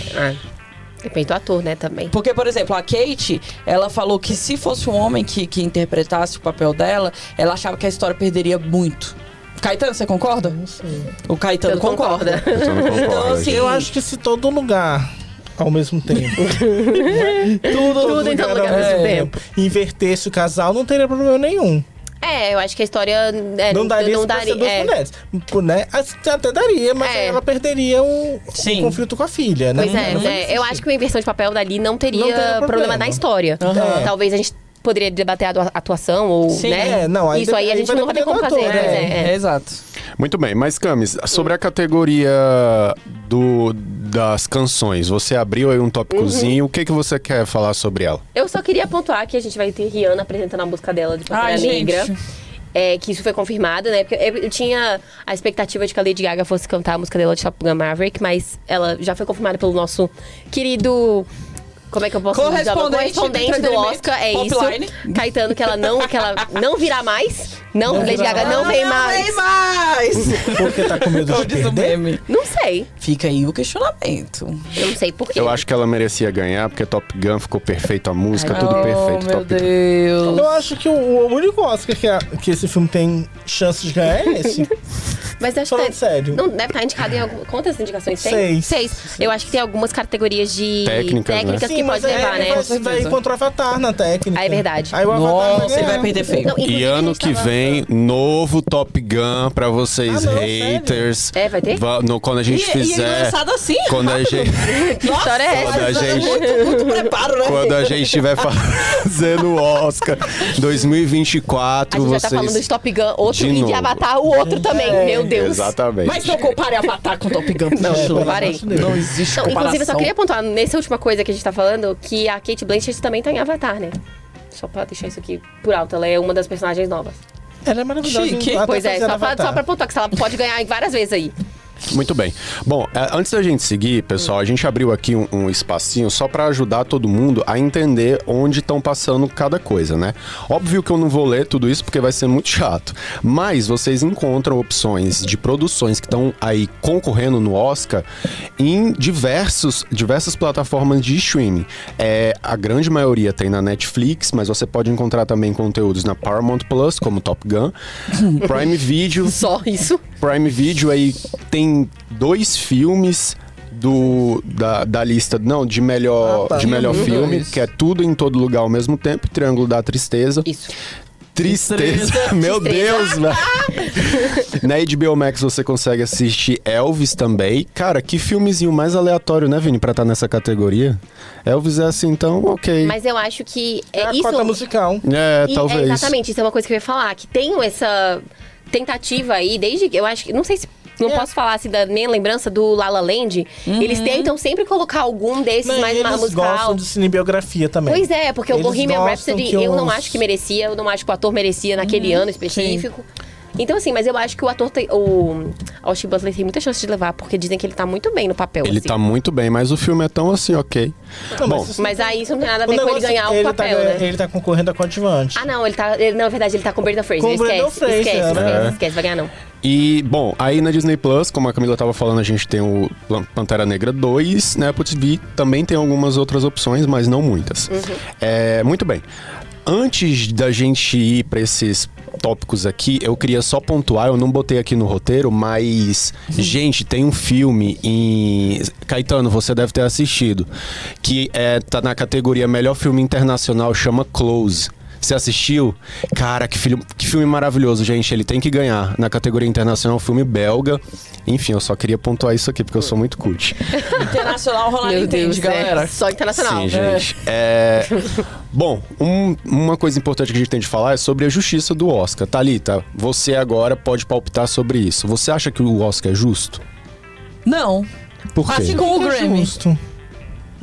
Speaker 2: Depende do ator, né, também.
Speaker 6: Porque, por exemplo, a Kate, ela falou que se fosse um homem que, que interpretasse o papel dela, ela achava que a história perderia muito. Caetano, você concorda? Não sei. O Caetano
Speaker 2: Eu concorda.
Speaker 6: concorda.
Speaker 5: Eu não concordo.
Speaker 6: Então, assim,
Speaker 4: Eu acho que se todo lugar ao mesmo tempo. né? Tudo,
Speaker 2: Tudo em todo lugar ao mesmo tempo.
Speaker 4: Invertesse o casal, não teria problema nenhum.
Speaker 2: É, eu acho que a história... é,
Speaker 4: não daria isso pra ser duas
Speaker 2: é.
Speaker 4: mulheres. Pô, Né? Assim, Até daria, mas
Speaker 2: É.
Speaker 4: ela perderia o, o
Speaker 6: Sim.
Speaker 4: conflito com a filha, né?
Speaker 2: Pois é,
Speaker 4: Não
Speaker 2: né?
Speaker 4: vai existir.
Speaker 2: eu acho que uma inversão de papel dali não teria,
Speaker 4: Não teria
Speaker 2: problema.
Speaker 4: problema.
Speaker 2: na história. Então,
Speaker 4: Aham.
Speaker 2: Talvez a gente poderia debater a atua- atuação ou,
Speaker 6: Sim.
Speaker 2: né?
Speaker 4: É, não, aí
Speaker 2: Isso aí a
Speaker 4: aí
Speaker 2: gente
Speaker 4: vai
Speaker 2: não vai ter como
Speaker 4: depender do
Speaker 2: fazer.
Speaker 4: ator,
Speaker 2: pois
Speaker 4: né?
Speaker 2: é, é.
Speaker 6: é, exato.
Speaker 5: Muito bem, mas Camis,
Speaker 6: Hum.
Speaker 5: sobre a categoria do, das canções, você abriu aí um
Speaker 6: Uhum.
Speaker 5: tópicozinho, o que, que você quer falar sobre ela?
Speaker 2: Eu só queria pontuar que a gente vai ter Rihanna apresentando a música dela de Pantera
Speaker 6: Ai, gente.
Speaker 2: Negra. É, que isso foi confirmado, né? Porque eu eu tinha a expectativa de que a Lady Gaga fosse cantar a música dela de Top Gun Maverick, mas ela já foi confirmada pelo nosso querido. Como é que eu posso dizer?
Speaker 6: Correspondente do
Speaker 2: Correspondente do
Speaker 6: entretenimento,
Speaker 2: Oscar, é
Speaker 6: Popline.
Speaker 2: isso. Caetano, que ela não, que ela não virá mais. Não, Lady Gaga não vem mais.
Speaker 6: Vem mais! um
Speaker 4: Porque tá com medo de perder.
Speaker 6: meme.
Speaker 2: Não sei.
Speaker 6: Fica aí o questionamento.
Speaker 2: Eu não sei por quê.
Speaker 5: Eu acho que ela merecia ganhar, porque Top Gun ficou perfeito a música, tudo perfeito.
Speaker 6: oh, meu
Speaker 5: Top né? Gun.
Speaker 6: Deus.
Speaker 4: Eu acho que o, o único Oscar que, a- que esse filme tem chance de ganhar é esse.
Speaker 2: Mas acho
Speaker 4: Falando
Speaker 2: que. tá-
Speaker 4: sério.
Speaker 2: Não deve estar indicado em alguma. Quantas indicações tem?
Speaker 4: Seis.
Speaker 2: Seis. Eu acho que tem algumas categorias de
Speaker 5: Técnicas, né?
Speaker 2: que pode
Speaker 4: Assim, aí
Speaker 2: levar,
Speaker 4: ele
Speaker 2: né?
Speaker 4: vai- Vai, encontrar o Avatar na técnica.
Speaker 2: Ah, é verdade.
Speaker 4: Aí o Avatar
Speaker 6: Nossa, ele
Speaker 4: ganhar.
Speaker 6: vai perder feio.
Speaker 2: Não, inclusive,
Speaker 5: E
Speaker 2: a
Speaker 5: ano
Speaker 2: gente
Speaker 5: que
Speaker 2: tava-
Speaker 5: vem, novo Top Gun pra vocês
Speaker 4: Ah, não,
Speaker 5: haters.
Speaker 2: É, vai ter?
Speaker 5: Va- no- quando a gente fizer.
Speaker 6: assim.
Speaker 5: quando a gente.
Speaker 2: Que história é
Speaker 5: Quando
Speaker 2: essa?
Speaker 5: a gente.
Speaker 6: Muito, muito preparo, né?
Speaker 5: Quando a gente estiver fazendo o Oscar
Speaker 2: A
Speaker 5: 2024,
Speaker 2: gente já tá
Speaker 5: vocês.
Speaker 2: falando de Top Gun, outro,
Speaker 5: De
Speaker 2: e de
Speaker 5: novo.
Speaker 2: Avatar, o outro
Speaker 4: É.
Speaker 2: também. Meu Deus.
Speaker 5: Exatamente.
Speaker 6: Mas não compare Avatar com Top Gun.
Speaker 4: Não, é.
Speaker 6: pelo amor
Speaker 2: parei.
Speaker 6: de Deus. Não existe
Speaker 2: Não,
Speaker 6: comparação.
Speaker 2: inclusive, eu só queria apontar nessa última coisa que a gente tá falando, que a Kate Blanchett também tá em Avatar, né? Só pra deixar isso aqui por alto, ela é uma das personagens novas.
Speaker 4: Ela é maravilhosa.
Speaker 6: Chique.
Speaker 4: hein? Até
Speaker 2: pois é,
Speaker 4: fazer
Speaker 2: só pra,
Speaker 4: Avatar.
Speaker 2: só pra apontar que ela pode ganhar várias vezes aí.
Speaker 5: Muito bem. Bom, eh, antes da gente seguir, pessoal, a gente abriu aqui um, um espacinho só para ajudar todo mundo a entender onde estão passando cada coisa, né? Óbvio que eu não vou ler tudo isso porque vai ser muito chato, mas vocês encontram opções de produções que estão aí concorrendo no Oscar em diversos, diversas plataformas de streaming. É, a grande maioria tem na Netflix, mas você pode encontrar também conteúdos na Paramount Plus, como Top Gun, Prime Video,
Speaker 2: Só isso.
Speaker 5: Prime Video aí tem dois filmes do da, da lista não de melhor
Speaker 4: Ah, tá.
Speaker 5: de melhor
Speaker 4: Hum,
Speaker 5: filme
Speaker 4: dois.
Speaker 5: que é tudo em todo lugar ao mesmo tempo Triângulo da Tristeza
Speaker 2: Isso.
Speaker 5: Tristeza, meu Deus velho. na HBO Max você consegue assistir Elvis também cara que filmezinho mais aleatório né Vini pra estar nessa categoria Elvis é assim então ok
Speaker 2: Mas eu acho que é,
Speaker 4: É a
Speaker 2: isso.
Speaker 4: cota musical.
Speaker 5: é
Speaker 2: E-
Speaker 5: talvez
Speaker 2: exatamente, isso é uma coisa que eu ia falar, que tem essa tentativa aí, desde que eu acho que, não sei se, não
Speaker 4: É.
Speaker 2: posso falar assim da minha lembrança do La La Land, eles tentam sempre colocar algum desses
Speaker 4: Uhum. Não,
Speaker 2: mais
Speaker 4: e eles
Speaker 2: musical.
Speaker 4: gostam de cinebiografia também.
Speaker 2: Pois é, porque o
Speaker 4: Eles
Speaker 2: Bohemian
Speaker 4: gostam
Speaker 2: Rhapsody
Speaker 4: que Uhum,
Speaker 2: eu não
Speaker 4: os-
Speaker 2: acho que merecia, eu não acho que o ator merecia naquele ano específico. Então, assim, mas eu acho que o ator tem. O Austin Butler tem muita chance de levar, porque dizem que ele tá muito bem no papel.
Speaker 5: ele
Speaker 2: assim.
Speaker 5: tá muito bem mas o filme é tão assim ok
Speaker 4: Não,
Speaker 5: bom
Speaker 4: isso-
Speaker 2: Mas aí isso não tem nada a
Speaker 4: o
Speaker 2: ver com ele
Speaker 4: negócio é que
Speaker 2: ganhar o
Speaker 4: ele tá
Speaker 2: papel,
Speaker 4: ganha-
Speaker 2: né?
Speaker 4: Ele tá concorrendo a coadjuvante.
Speaker 2: Ah, não, ele tá. Ele, não, é verdade, ele tá com o Brendan Fraser.
Speaker 4: Com o
Speaker 2: esquece,
Speaker 4: Brendan Fraser,
Speaker 2: esquece,
Speaker 4: né?
Speaker 2: esquece,
Speaker 5: É.
Speaker 2: esquece, vai ganhar não.
Speaker 5: E, bom, aí na Disney Plus, como a Camila tava falando, a gente tem o Plan- Pantera Negra 2, né? Apple TV também tem algumas outras opções, mas não muitas. É, muito bem. Antes da gente ir para esses tópicos aqui, eu queria só pontuar, eu não botei aqui no roteiro, mas gente, tem um filme em Caetano, você deve ter assistido, que é tá na categoria melhor filme internacional, chama Close. Você assistiu? Cara, que, filho, que filme maravilhoso, gente. Ele tem que ganhar. Na categoria internacional, um filme belga. Enfim, eu só queria pontuar isso aqui, porque eu sou muito cult.
Speaker 6: Internacional rolar
Speaker 2: Meu
Speaker 6: entende,
Speaker 2: Deus,
Speaker 6: galera.
Speaker 2: é só internacional.
Speaker 5: Sim, gente. É. Bom, um- uma coisa importante que a gente tem de falar é sobre a justiça do Oscar. Thalita, você agora pode palpitar sobre isso. Você acha que o Oscar é justo?
Speaker 6: Não.
Speaker 5: Por quê?
Speaker 6: Assim como o
Speaker 4: O que é
Speaker 6: Grammy.
Speaker 4: justo?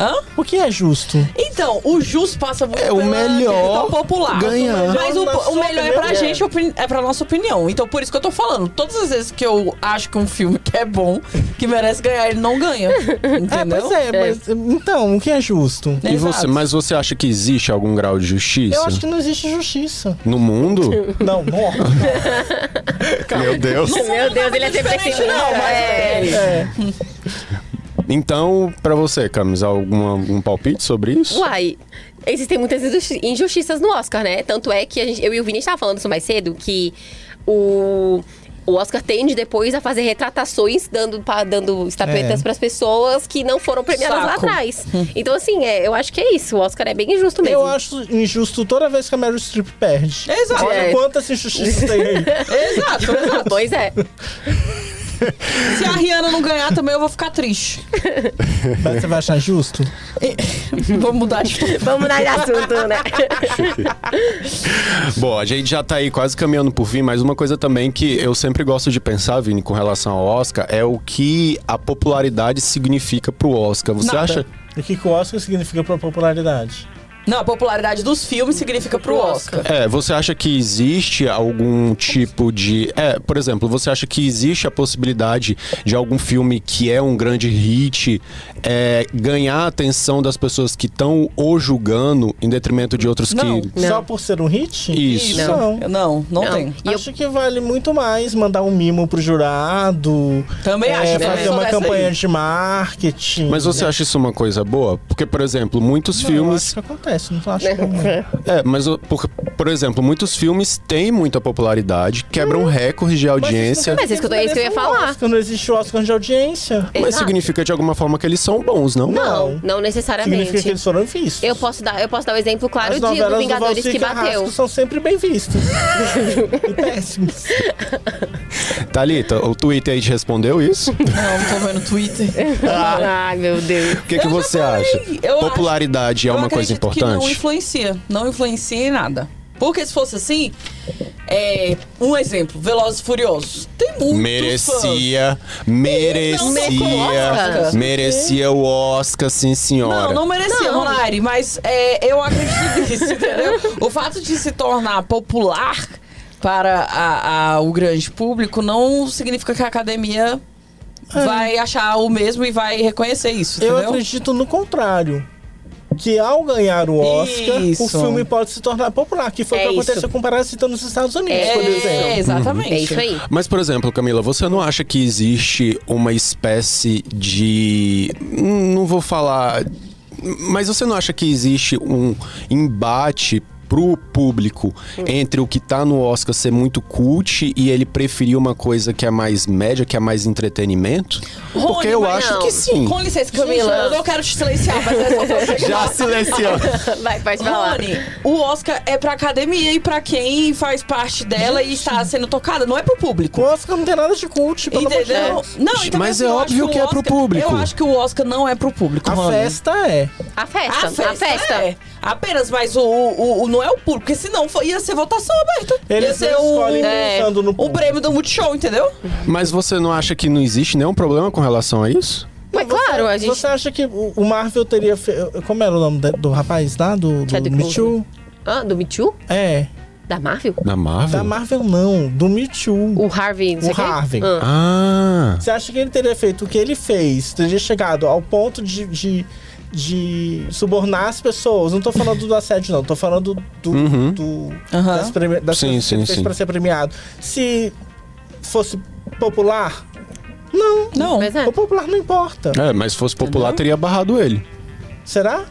Speaker 6: Hã?
Speaker 4: O que é justo?
Speaker 6: Então, o justo passa muito
Speaker 5: É, o
Speaker 6: pela
Speaker 5: melhor
Speaker 6: questão popular.
Speaker 5: ganha.
Speaker 6: Mas o,
Speaker 4: Mas
Speaker 6: o
Speaker 4: só
Speaker 6: melhor é
Speaker 4: também
Speaker 6: pra
Speaker 4: é.
Speaker 6: gente, opini- é pra nossa opinião. Então, por isso que eu tô falando. Todas as vezes que eu acho que um filme que é bom, que merece ganhar, ele não ganha.
Speaker 4: É, pois
Speaker 6: Entendeu?
Speaker 4: é, mas então, o que é justo?
Speaker 5: E você,
Speaker 6: Exato.
Speaker 5: mas você acha que existe algum grau de justiça
Speaker 4: Eu acho que não existe justiça.
Speaker 5: no mundo?
Speaker 4: Não, não.
Speaker 5: Meu Deus.
Speaker 2: Meu Deus, ele é sempre
Speaker 6: Diferente
Speaker 2: pessimista.
Speaker 6: não, mas
Speaker 2: é.
Speaker 4: É.
Speaker 5: Então, pra você, Camis, alguma- algum palpite sobre isso?
Speaker 2: Uai, existem muitas injusti- injustiças no Oscar, né? Tanto é que a gente- eu e o Vini estavam falando isso mais cedo, que o, o Oscar tende depois a fazer retratações, dando, pa- dando estatuetas
Speaker 4: É.
Speaker 2: pras pessoas que não foram premiadas
Speaker 6: Saco.
Speaker 2: lá atrás. Então, assim, é, eu acho que é isso. O Oscar é bem injusto mesmo.
Speaker 4: Eu acho injusto toda vez que a Meryl Streep perde.
Speaker 6: Exato.
Speaker 4: Olha
Speaker 2: É.
Speaker 4: quantas injustiças tem aí.
Speaker 6: Exato, exato.
Speaker 2: Pois é.
Speaker 6: Se a Rihanna não ganhar também, eu vou ficar triste.
Speaker 4: Mas você vai achar justo?
Speaker 6: Vamos mudar de assunto.
Speaker 2: Vamos mudar de assunto, né?
Speaker 5: Bom, a gente já tá aí quase caminhando por fim, mas uma coisa também que eu sempre gosto de pensar, Vini, com relação ao Oscar, é o que a popularidade significa pro Oscar. Você
Speaker 6: Nada.
Speaker 5: acha?
Speaker 4: O que que o Oscar significa pra popularidade?
Speaker 6: Não, a popularidade dos filmes significa pro Oscar.
Speaker 5: É, você acha que existe algum tipo de. É, por exemplo, você acha que existe a possibilidade de algum filme que é um grande hit é, ganhar a atenção das pessoas que estão o julgando em detrimento de outros
Speaker 6: Não.
Speaker 5: que.
Speaker 4: Só por ser um hit?
Speaker 5: Isso.
Speaker 4: Não.
Speaker 6: Não, não,
Speaker 2: Não.
Speaker 6: tem.
Speaker 2: E eu-
Speaker 4: Acho que vale muito mais mandar um mimo pro jurado.
Speaker 6: Também
Speaker 4: é,
Speaker 6: acho. né?
Speaker 4: Fazer
Speaker 6: Sou
Speaker 4: uma
Speaker 6: dessa aí.
Speaker 4: campanha de marketing.
Speaker 5: Mas você acha isso uma coisa boa? Porque, por exemplo,
Speaker 4: Não,
Speaker 5: muitos
Speaker 4: eu acho
Speaker 5: filmes.
Speaker 4: que acontece, não acho que é
Speaker 5: É, mas, o- por, por exemplo, muitos filmes têm muita popularidade,
Speaker 6: Hum.
Speaker 5: quebram recordes de audiência.
Speaker 2: Mas isso que eu tô- é isso que eu ia falar.
Speaker 4: Oscar, não existe Oscar de audiência.
Speaker 5: Mas
Speaker 2: Exato.
Speaker 5: significa de alguma forma que eles são bons, não? é?
Speaker 2: Não, não
Speaker 4: Significa que
Speaker 2: necessariamente.
Speaker 4: eles foram vistos.
Speaker 2: Eu posso dar, eu posso dar o exemplo claro
Speaker 4: As
Speaker 2: de do
Speaker 4: novelas do
Speaker 2: Vingadores
Speaker 4: Valsir
Speaker 2: que bateu.
Speaker 4: Carrasco são sempre bem vistas. e péssimas.
Speaker 5: Thalita, o Twitter aí te respondeu isso?
Speaker 6: Não, não tô vendo no Twitter.
Speaker 2: Ai, meu Deus.
Speaker 5: O que, que
Speaker 6: Eu já
Speaker 5: você
Speaker 6: falei,
Speaker 5: acha?
Speaker 6: eu acho-
Speaker 5: Popularidade é
Speaker 6: Eu
Speaker 5: uma coisa
Speaker 6: acredito Que não
Speaker 5: importante?
Speaker 6: influencia. Não influencia em nada. Porque se fosse assim, é, um exemplo, Velozes e Furiosos. Tem muitos fãs.
Speaker 5: Merecia,
Speaker 2: Não, não,
Speaker 5: merecia,
Speaker 2: Oscar.
Speaker 5: merecia o Oscar, sim senhora.
Speaker 6: Não, não merecia,
Speaker 2: Não.
Speaker 6: Ronari, mas é, eu acredito nisso, entendeu? O fato de se tornar popular para a- a- o grande público não significa que a academia vai achar o mesmo e vai reconhecer isso,
Speaker 4: Eu
Speaker 6: entendeu?
Speaker 4: acredito no contrário. Que ao ganhar o Oscar,
Speaker 6: Isso.
Speaker 4: o filme pode se tornar popular, que foi
Speaker 2: É
Speaker 4: o que
Speaker 2: isso.
Speaker 4: aconteceu com Parasita nos Estados Unidos, por
Speaker 6: É,
Speaker 4: exemplo. Uhum.
Speaker 6: exatamente.
Speaker 2: É isso aí.
Speaker 5: Mas, por exemplo, Camila, você não acha que existe uma espécie de. hum, Não vou falar. Mas você não acha que existe um embate pro público entre o que tá no Oscar ser muito cult e ele preferir uma coisa que é mais média, que é mais entretenimento?
Speaker 6: Rony,
Speaker 5: Porque eu
Speaker 6: mas
Speaker 5: acho
Speaker 2: não.
Speaker 5: que sim.
Speaker 6: Com licença, Camila,
Speaker 2: Gente,
Speaker 6: eu não quero te silenciar, mas é só pra eu chegar
Speaker 5: Já
Speaker 6: lá.
Speaker 5: silenciou.
Speaker 2: Vai, pode falar.
Speaker 6: Rony, o Oscar é pra academia e pra quem faz parte dela e está sendo tocada, não é pro público.
Speaker 4: O Oscar não tem nada de cult, pelo amor de
Speaker 6: Entendeu?
Speaker 4: Deus.
Speaker 6: Não, então,
Speaker 5: Mas
Speaker 6: assim,
Speaker 5: é
Speaker 6: eu acho
Speaker 5: óbvio que
Speaker 6: o
Speaker 5: é pro
Speaker 6: Oscar-
Speaker 5: público.
Speaker 6: Eu acho que o Oscar não é pro público.
Speaker 4: A
Speaker 6: Rony.
Speaker 4: festa é.
Speaker 2: A festa,
Speaker 6: A festa,
Speaker 2: a festa.
Speaker 6: é. Apenas, mas o, o, o- não é o público, porque senão foi, ia ser votação aberta. ia
Speaker 4: Eles
Speaker 6: ser
Speaker 4: não
Speaker 6: o,
Speaker 4: escolhem pensando no
Speaker 6: o
Speaker 4: público.
Speaker 6: prêmio do Multishow, entendeu?
Speaker 5: Mas você não acha que não existe nenhum problema com relação a isso?
Speaker 2: Mas claro, a gente.
Speaker 4: Você acha que o o Marvel teria. Fe... Como era o nome da- do rapaz lá? Do, do
Speaker 2: Chadwick
Speaker 4: Me Too?
Speaker 2: Ah, do Me Too?
Speaker 4: É.
Speaker 2: Da Marvel?
Speaker 5: Na Marvel?
Speaker 4: Da Marvel não, do Me Too.
Speaker 2: O Harvey, não sei
Speaker 4: O
Speaker 2: quê?
Speaker 4: Harvey.
Speaker 2: Ah.
Speaker 5: Ah.
Speaker 4: Você acha que ele teria feito o que ele fez? Teria chegado ao ponto de, de, de subornar as pessoas? Não tô falando do assédio, não. Tô falando do,
Speaker 5: Uhum.
Speaker 4: do-
Speaker 6: Aham.
Speaker 4: das, premi- das
Speaker 5: Sim,
Speaker 4: coisas que ele
Speaker 5: sim,
Speaker 4: fez
Speaker 5: sim.
Speaker 4: pra ser premiado. Se fosse popular,
Speaker 6: Não.
Speaker 2: Pois é.
Speaker 4: o popular não importa.
Speaker 5: É, mas se fosse popular, teria barrado ele.
Speaker 4: Será?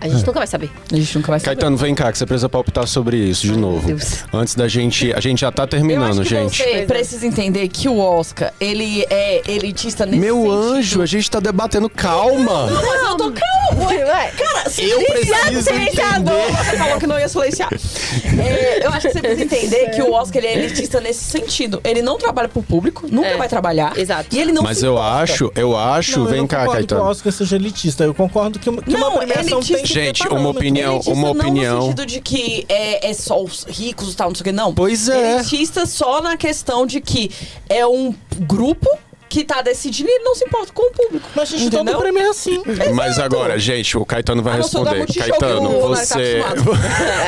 Speaker 2: A gente nunca vai saber.
Speaker 6: A gente nunca vai saber.
Speaker 5: Caetano, vem cá, que você precisa palpitar sobre isso de novo.
Speaker 2: Deus.
Speaker 5: Antes da gente. A gente já tá
Speaker 6: Eu
Speaker 5: terminando,
Speaker 6: acho que
Speaker 5: gente.
Speaker 6: você precisa entender que o Oscar, ele é elitista nesse
Speaker 5: Meu
Speaker 6: sentido.
Speaker 5: anjo, a gente tá debatendo. Calma!
Speaker 6: Mas eu tô calma,
Speaker 2: Ué,
Speaker 6: Cara, se é
Speaker 5: Eu preciso
Speaker 6: silenciador,
Speaker 5: entender.
Speaker 6: você falou que não ia silenciar. É, eu acho que você precisa entender que o Oscar ele é elitista nesse sentido. Ele não trabalha pro público, nunca
Speaker 2: É,
Speaker 6: vai trabalhar.
Speaker 2: exato.
Speaker 6: E ele não
Speaker 5: Mas
Speaker 6: se
Speaker 5: eu
Speaker 6: importa.
Speaker 5: acho, eu acho,
Speaker 4: Não, eu
Speaker 5: vem
Speaker 4: não
Speaker 5: cá,
Speaker 4: concordo que o
Speaker 5: Caetano.
Speaker 4: Oscar seja elitista. Eu concordo que uma, que uma
Speaker 6: Não, é
Speaker 4: premiação tem que
Speaker 6: elitista.
Speaker 4: ter
Speaker 5: Gente, uma
Speaker 4: parâmetro.
Speaker 5: opinião-
Speaker 6: Elitista
Speaker 5: uma opinião.
Speaker 6: Não no sentido de que é, é só os ricos e tal, não sei o que, não.
Speaker 5: Pois é.
Speaker 6: Elitista só na questão de que é um grupo que tá decidindo e ele não se importa com o público.
Speaker 4: Mas, gente, todo
Speaker 6: Entendeu?
Speaker 4: prêmio é assim.
Speaker 5: Mas agora, gente, o Caetano vai
Speaker 6: Ah, não, sou da
Speaker 5: responder.
Speaker 6: Multishow, que
Speaker 5: Caetano,
Speaker 6: o Leonardo
Speaker 5: você.
Speaker 6: tá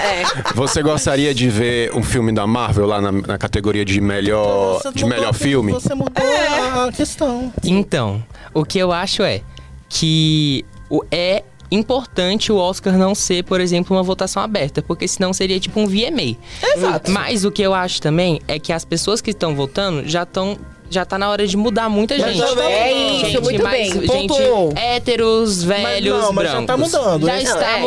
Speaker 5: Você gostaria de ver um filme da Marvel lá na, na categoria de melhor,
Speaker 4: Você
Speaker 5: de
Speaker 4: mudou
Speaker 5: melhor
Speaker 4: a-
Speaker 5: filme?
Speaker 4: Você mudou
Speaker 6: É.
Speaker 4: a questão.
Speaker 7: Então, o que eu acho é que o- é importante o Oscar não ser, por exemplo, uma votação aberta, porque senão seria tipo um VMA.
Speaker 6: Exato.
Speaker 7: Mas o que eu acho também é que as pessoas que estão votando já estão já tá na hora de mudar muita
Speaker 4: Mas
Speaker 7: gente.
Speaker 4: já tá É mudando.
Speaker 2: isso,
Speaker 7: gente,
Speaker 2: muito
Speaker 7: mais-
Speaker 2: bem.
Speaker 7: Gente,
Speaker 6: Pontuou.
Speaker 7: héteros, velhos,
Speaker 4: não, mas já
Speaker 7: brancos.
Speaker 4: tá mudando.
Speaker 7: Já
Speaker 4: Esse-
Speaker 7: está
Speaker 2: é, já tá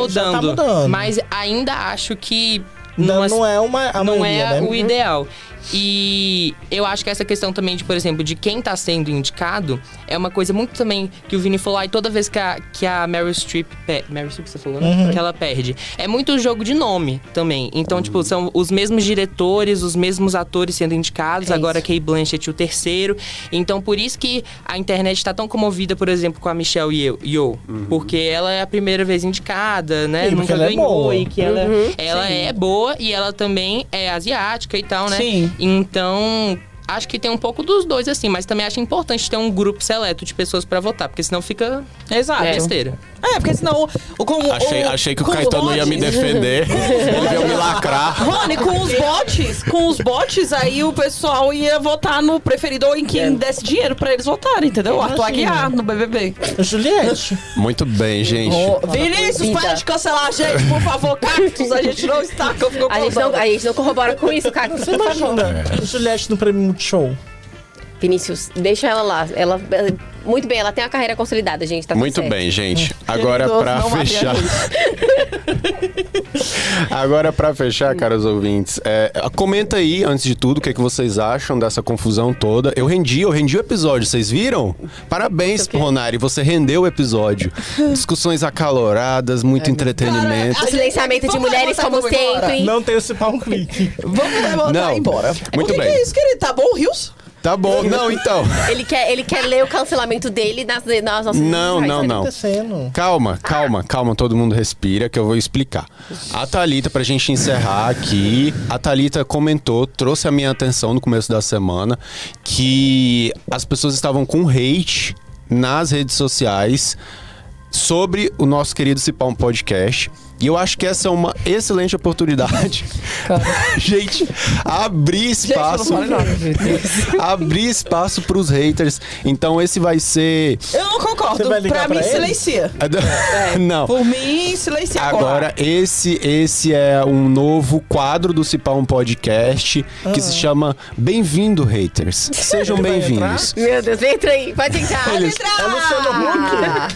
Speaker 7: mudando.
Speaker 4: mudando.
Speaker 7: Mas ainda acho que
Speaker 4: Não,
Speaker 7: numas-
Speaker 4: não é uma, a
Speaker 7: não
Speaker 4: maioria,
Speaker 7: é
Speaker 4: né?
Speaker 7: o ideal. E eu acho que essa questão também de, por exemplo, de quem tá sendo indicado é uma coisa muito também que o Vini falou. Aí toda vez que a, que a Meryl Streep. pe- Meryl Streep, você falou, né?
Speaker 4: Uhum.
Speaker 7: Que ela perde. É muito jogo de nome também. Então, tipo, são os mesmos diretores, os mesmos atores sendo indicados.
Speaker 2: É
Speaker 7: agora
Speaker 2: isso.
Speaker 7: Kate Blanchett, o terceiro. Então, por isso que a internet tá tão comovida, por exemplo, com a Michelle Yeoh. Yeoh, Porque ela é a primeira vez indicada, né?
Speaker 4: Sim, porque
Speaker 7: Nunca
Speaker 4: ela é
Speaker 7: ganhou.
Speaker 4: boa.
Speaker 7: e que ela, ela é boa e ela também é asiática e tal, né?
Speaker 6: Sim.
Speaker 7: Então, acho que tem um pouco dos dois, assim, mas também acho importante ter um grupo seleto de pessoas pra votar, porque senão fica
Speaker 6: Exato.
Speaker 7: besteira.
Speaker 6: É, porque senão o- o como
Speaker 5: Achei,
Speaker 6: o-
Speaker 5: achei que o
Speaker 6: com os
Speaker 5: Caetano ia me
Speaker 6: bots-
Speaker 5: defender. Ele veio me lacrar.
Speaker 6: Rony, com os bots, com os bots, aí o pessoal ia votar no preferido ou em quem desse dinheiro pra eles votarem, entendeu? Arthur
Speaker 4: É. Imagina.
Speaker 6: Aguiar no BBB.
Speaker 4: É Juliette.
Speaker 5: Muito bem, gente.
Speaker 6: Vinícius,
Speaker 2: proibida.
Speaker 6: para de cancelar a gente, por favor, Cactus, a gente não está, que eu fico
Speaker 2: A gente, não, a gente não corrobora com isso, cara.
Speaker 4: Você tá imagina
Speaker 5: É.
Speaker 4: Juliette no prêmio Multishow.
Speaker 2: Vinícius, deixa ela lá. Ela, ela- muito bem, ela tem uma carreira consolidada, gente. Tá tudo
Speaker 5: Muito
Speaker 2: certo.
Speaker 5: bem, gente. Agora
Speaker 6: Querido,
Speaker 5: pra
Speaker 6: não matei a
Speaker 5: fechar. Agora pra fechar, caros ouvintes, é, comenta aí antes de tudo o que, é que vocês acham dessa confusão toda. Eu rendi, eu rendi o episódio, vocês viram? Parabéns, Ronari, você rendeu o episódio. Discussões acaloradas, muito entretenimento.
Speaker 2: O silenciamento de
Speaker 6: Vamos
Speaker 2: mulheres
Speaker 6: levantar
Speaker 2: como
Speaker 6: e vamos
Speaker 2: sempre.
Speaker 4: Não tem esse pau um clique.
Speaker 6: Vamos levantar
Speaker 5: Não.
Speaker 6: e ir embora.
Speaker 5: Muito
Speaker 6: o que
Speaker 5: bem.
Speaker 6: que é isso, querido? Tá bom, Rios?
Speaker 5: Tá bom, não, então.
Speaker 2: Ele quer, ele quer ler o cancelamento dele nas, nas nossas
Speaker 5: Não,
Speaker 2: redes
Speaker 5: não,
Speaker 2: sociais.
Speaker 5: não.
Speaker 4: Acontecendo.
Speaker 5: Calma, calma, calma, todo mundo respira que eu vou explicar. A Thalita, pra gente encerrar aqui, a Thalita comentou, trouxe a minha atenção no começo da semana, que as pessoas estavam com hate nas redes sociais sobre o nosso querido Cipão Podcast. E eu acho que essa é uma excelente oportunidade pra gente abrir espaço.
Speaker 6: fale nada,
Speaker 5: abrir espaço pros haters. Então esse vai ser.
Speaker 6: Eu não concordo.
Speaker 4: Você vai ligar
Speaker 6: Pra
Speaker 4: pra
Speaker 6: mim,
Speaker 4: ele?
Speaker 6: silencia.
Speaker 5: Não.
Speaker 6: Por mim, silencia
Speaker 5: Agora, esse esse é um novo quadro do Cipá um Podcast
Speaker 2: Ah.
Speaker 5: que se chama Bem-vindo, haters. Sejam
Speaker 4: Ele vai
Speaker 5: bem-vindos.
Speaker 2: Meu Deus, entra aí. Pode entrar. Ah, Pode
Speaker 5: Eles-
Speaker 2: entrar.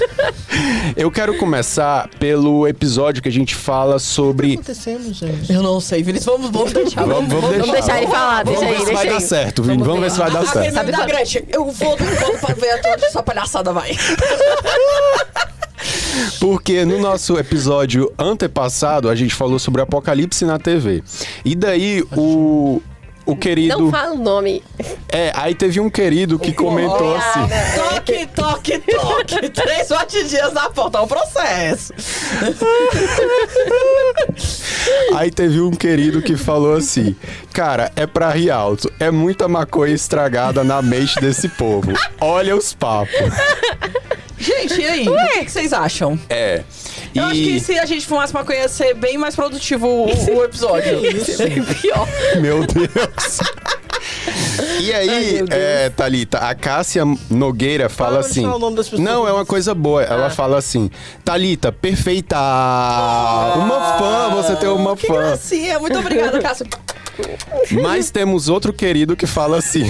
Speaker 5: Eu quero começar pelo episódio que a gente fala sobre.
Speaker 4: tá Acontecendo, gente.
Speaker 6: Eu não sei, Vinícius. Vamos, vamos deixar.
Speaker 5: Vamos- vamos
Speaker 2: Vamos deixar ele falar,
Speaker 5: Vamos
Speaker 2: Ah, deixa
Speaker 5: ver
Speaker 2: aí,
Speaker 5: se
Speaker 2: deixa
Speaker 5: vai dar
Speaker 2: aí.
Speaker 5: certo, Vini. Vamos ver se vai dar
Speaker 6: A
Speaker 5: certo.
Speaker 6: pergunta da Gretchen. Eu vou do encontro pra ver até onde essa palhaçada vai.
Speaker 5: Porque no nosso episódio antepassado a gente falou sobre apocalipse na TV. E daí o. O
Speaker 2: Não
Speaker 5: querido.
Speaker 2: fala o nome.
Speaker 5: É, aí teve um querido que comentou assim.
Speaker 6: Toque, toque, toque. Três batidinhas na porta. É um processo.
Speaker 5: Aí teve um querido que falou assim: Cara, é pra rir alto. É muita maconha estragada na mente desse povo. Olha os papos.
Speaker 6: Gente, e aí? O que, que vocês acham?
Speaker 5: É. E
Speaker 6: Eu acho que se a gente fumasse maconha, ia ser bem mais produtivo o, o episódio. Pior.
Speaker 5: Meu Deus. E aí, é, Thalita, a Cássia Nogueira
Speaker 4: Ah,
Speaker 5: fala
Speaker 4: mas
Speaker 5: assim.
Speaker 4: fala o nome das pessoas.
Speaker 5: não, é uma coisa boa. Ela fala assim: Thalita, perfeita! Uma fã, você tem uma
Speaker 6: Que
Speaker 5: fã.
Speaker 6: gracinha. Então, assim, é, Muito obrigada, Cássio.
Speaker 5: Mas temos outro querido que fala assim.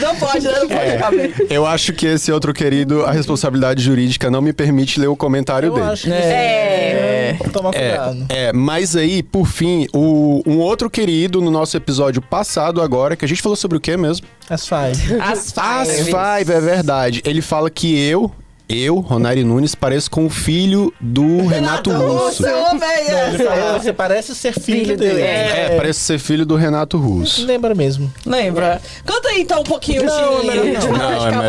Speaker 6: Não pode, né? Não pode
Speaker 5: É.
Speaker 6: caber.
Speaker 5: Eu acho que esse outro querido, a responsabilidade jurídica não me permite ler o comentário
Speaker 4: Eu
Speaker 5: dele.
Speaker 4: acho que é. Tomar cuidado.
Speaker 5: É, mas aí, por fim, o- um outro querido no nosso episódio passado agora, que a gente
Speaker 4: É
Speaker 5: falou sobre o quê mesmo? Ah,
Speaker 4: As five.
Speaker 6: As
Speaker 5: As Five, é verdade. Ele fala que eu Eu, Ronari Nunes, pareço com o filho do Renato, Russo.
Speaker 6: Ô, velho!
Speaker 4: Ele falou, você parece ser filho,
Speaker 2: Filho
Speaker 4: dele. É.
Speaker 2: dele.
Speaker 5: É, pareço ser filho do Renato Russo.
Speaker 4: Lembra mesmo.
Speaker 6: Lembra? Canta aí então um pouquinho
Speaker 4: Não,
Speaker 6: de...
Speaker 4: melhor
Speaker 5: Não,
Speaker 6: de
Speaker 5: é melhor não. É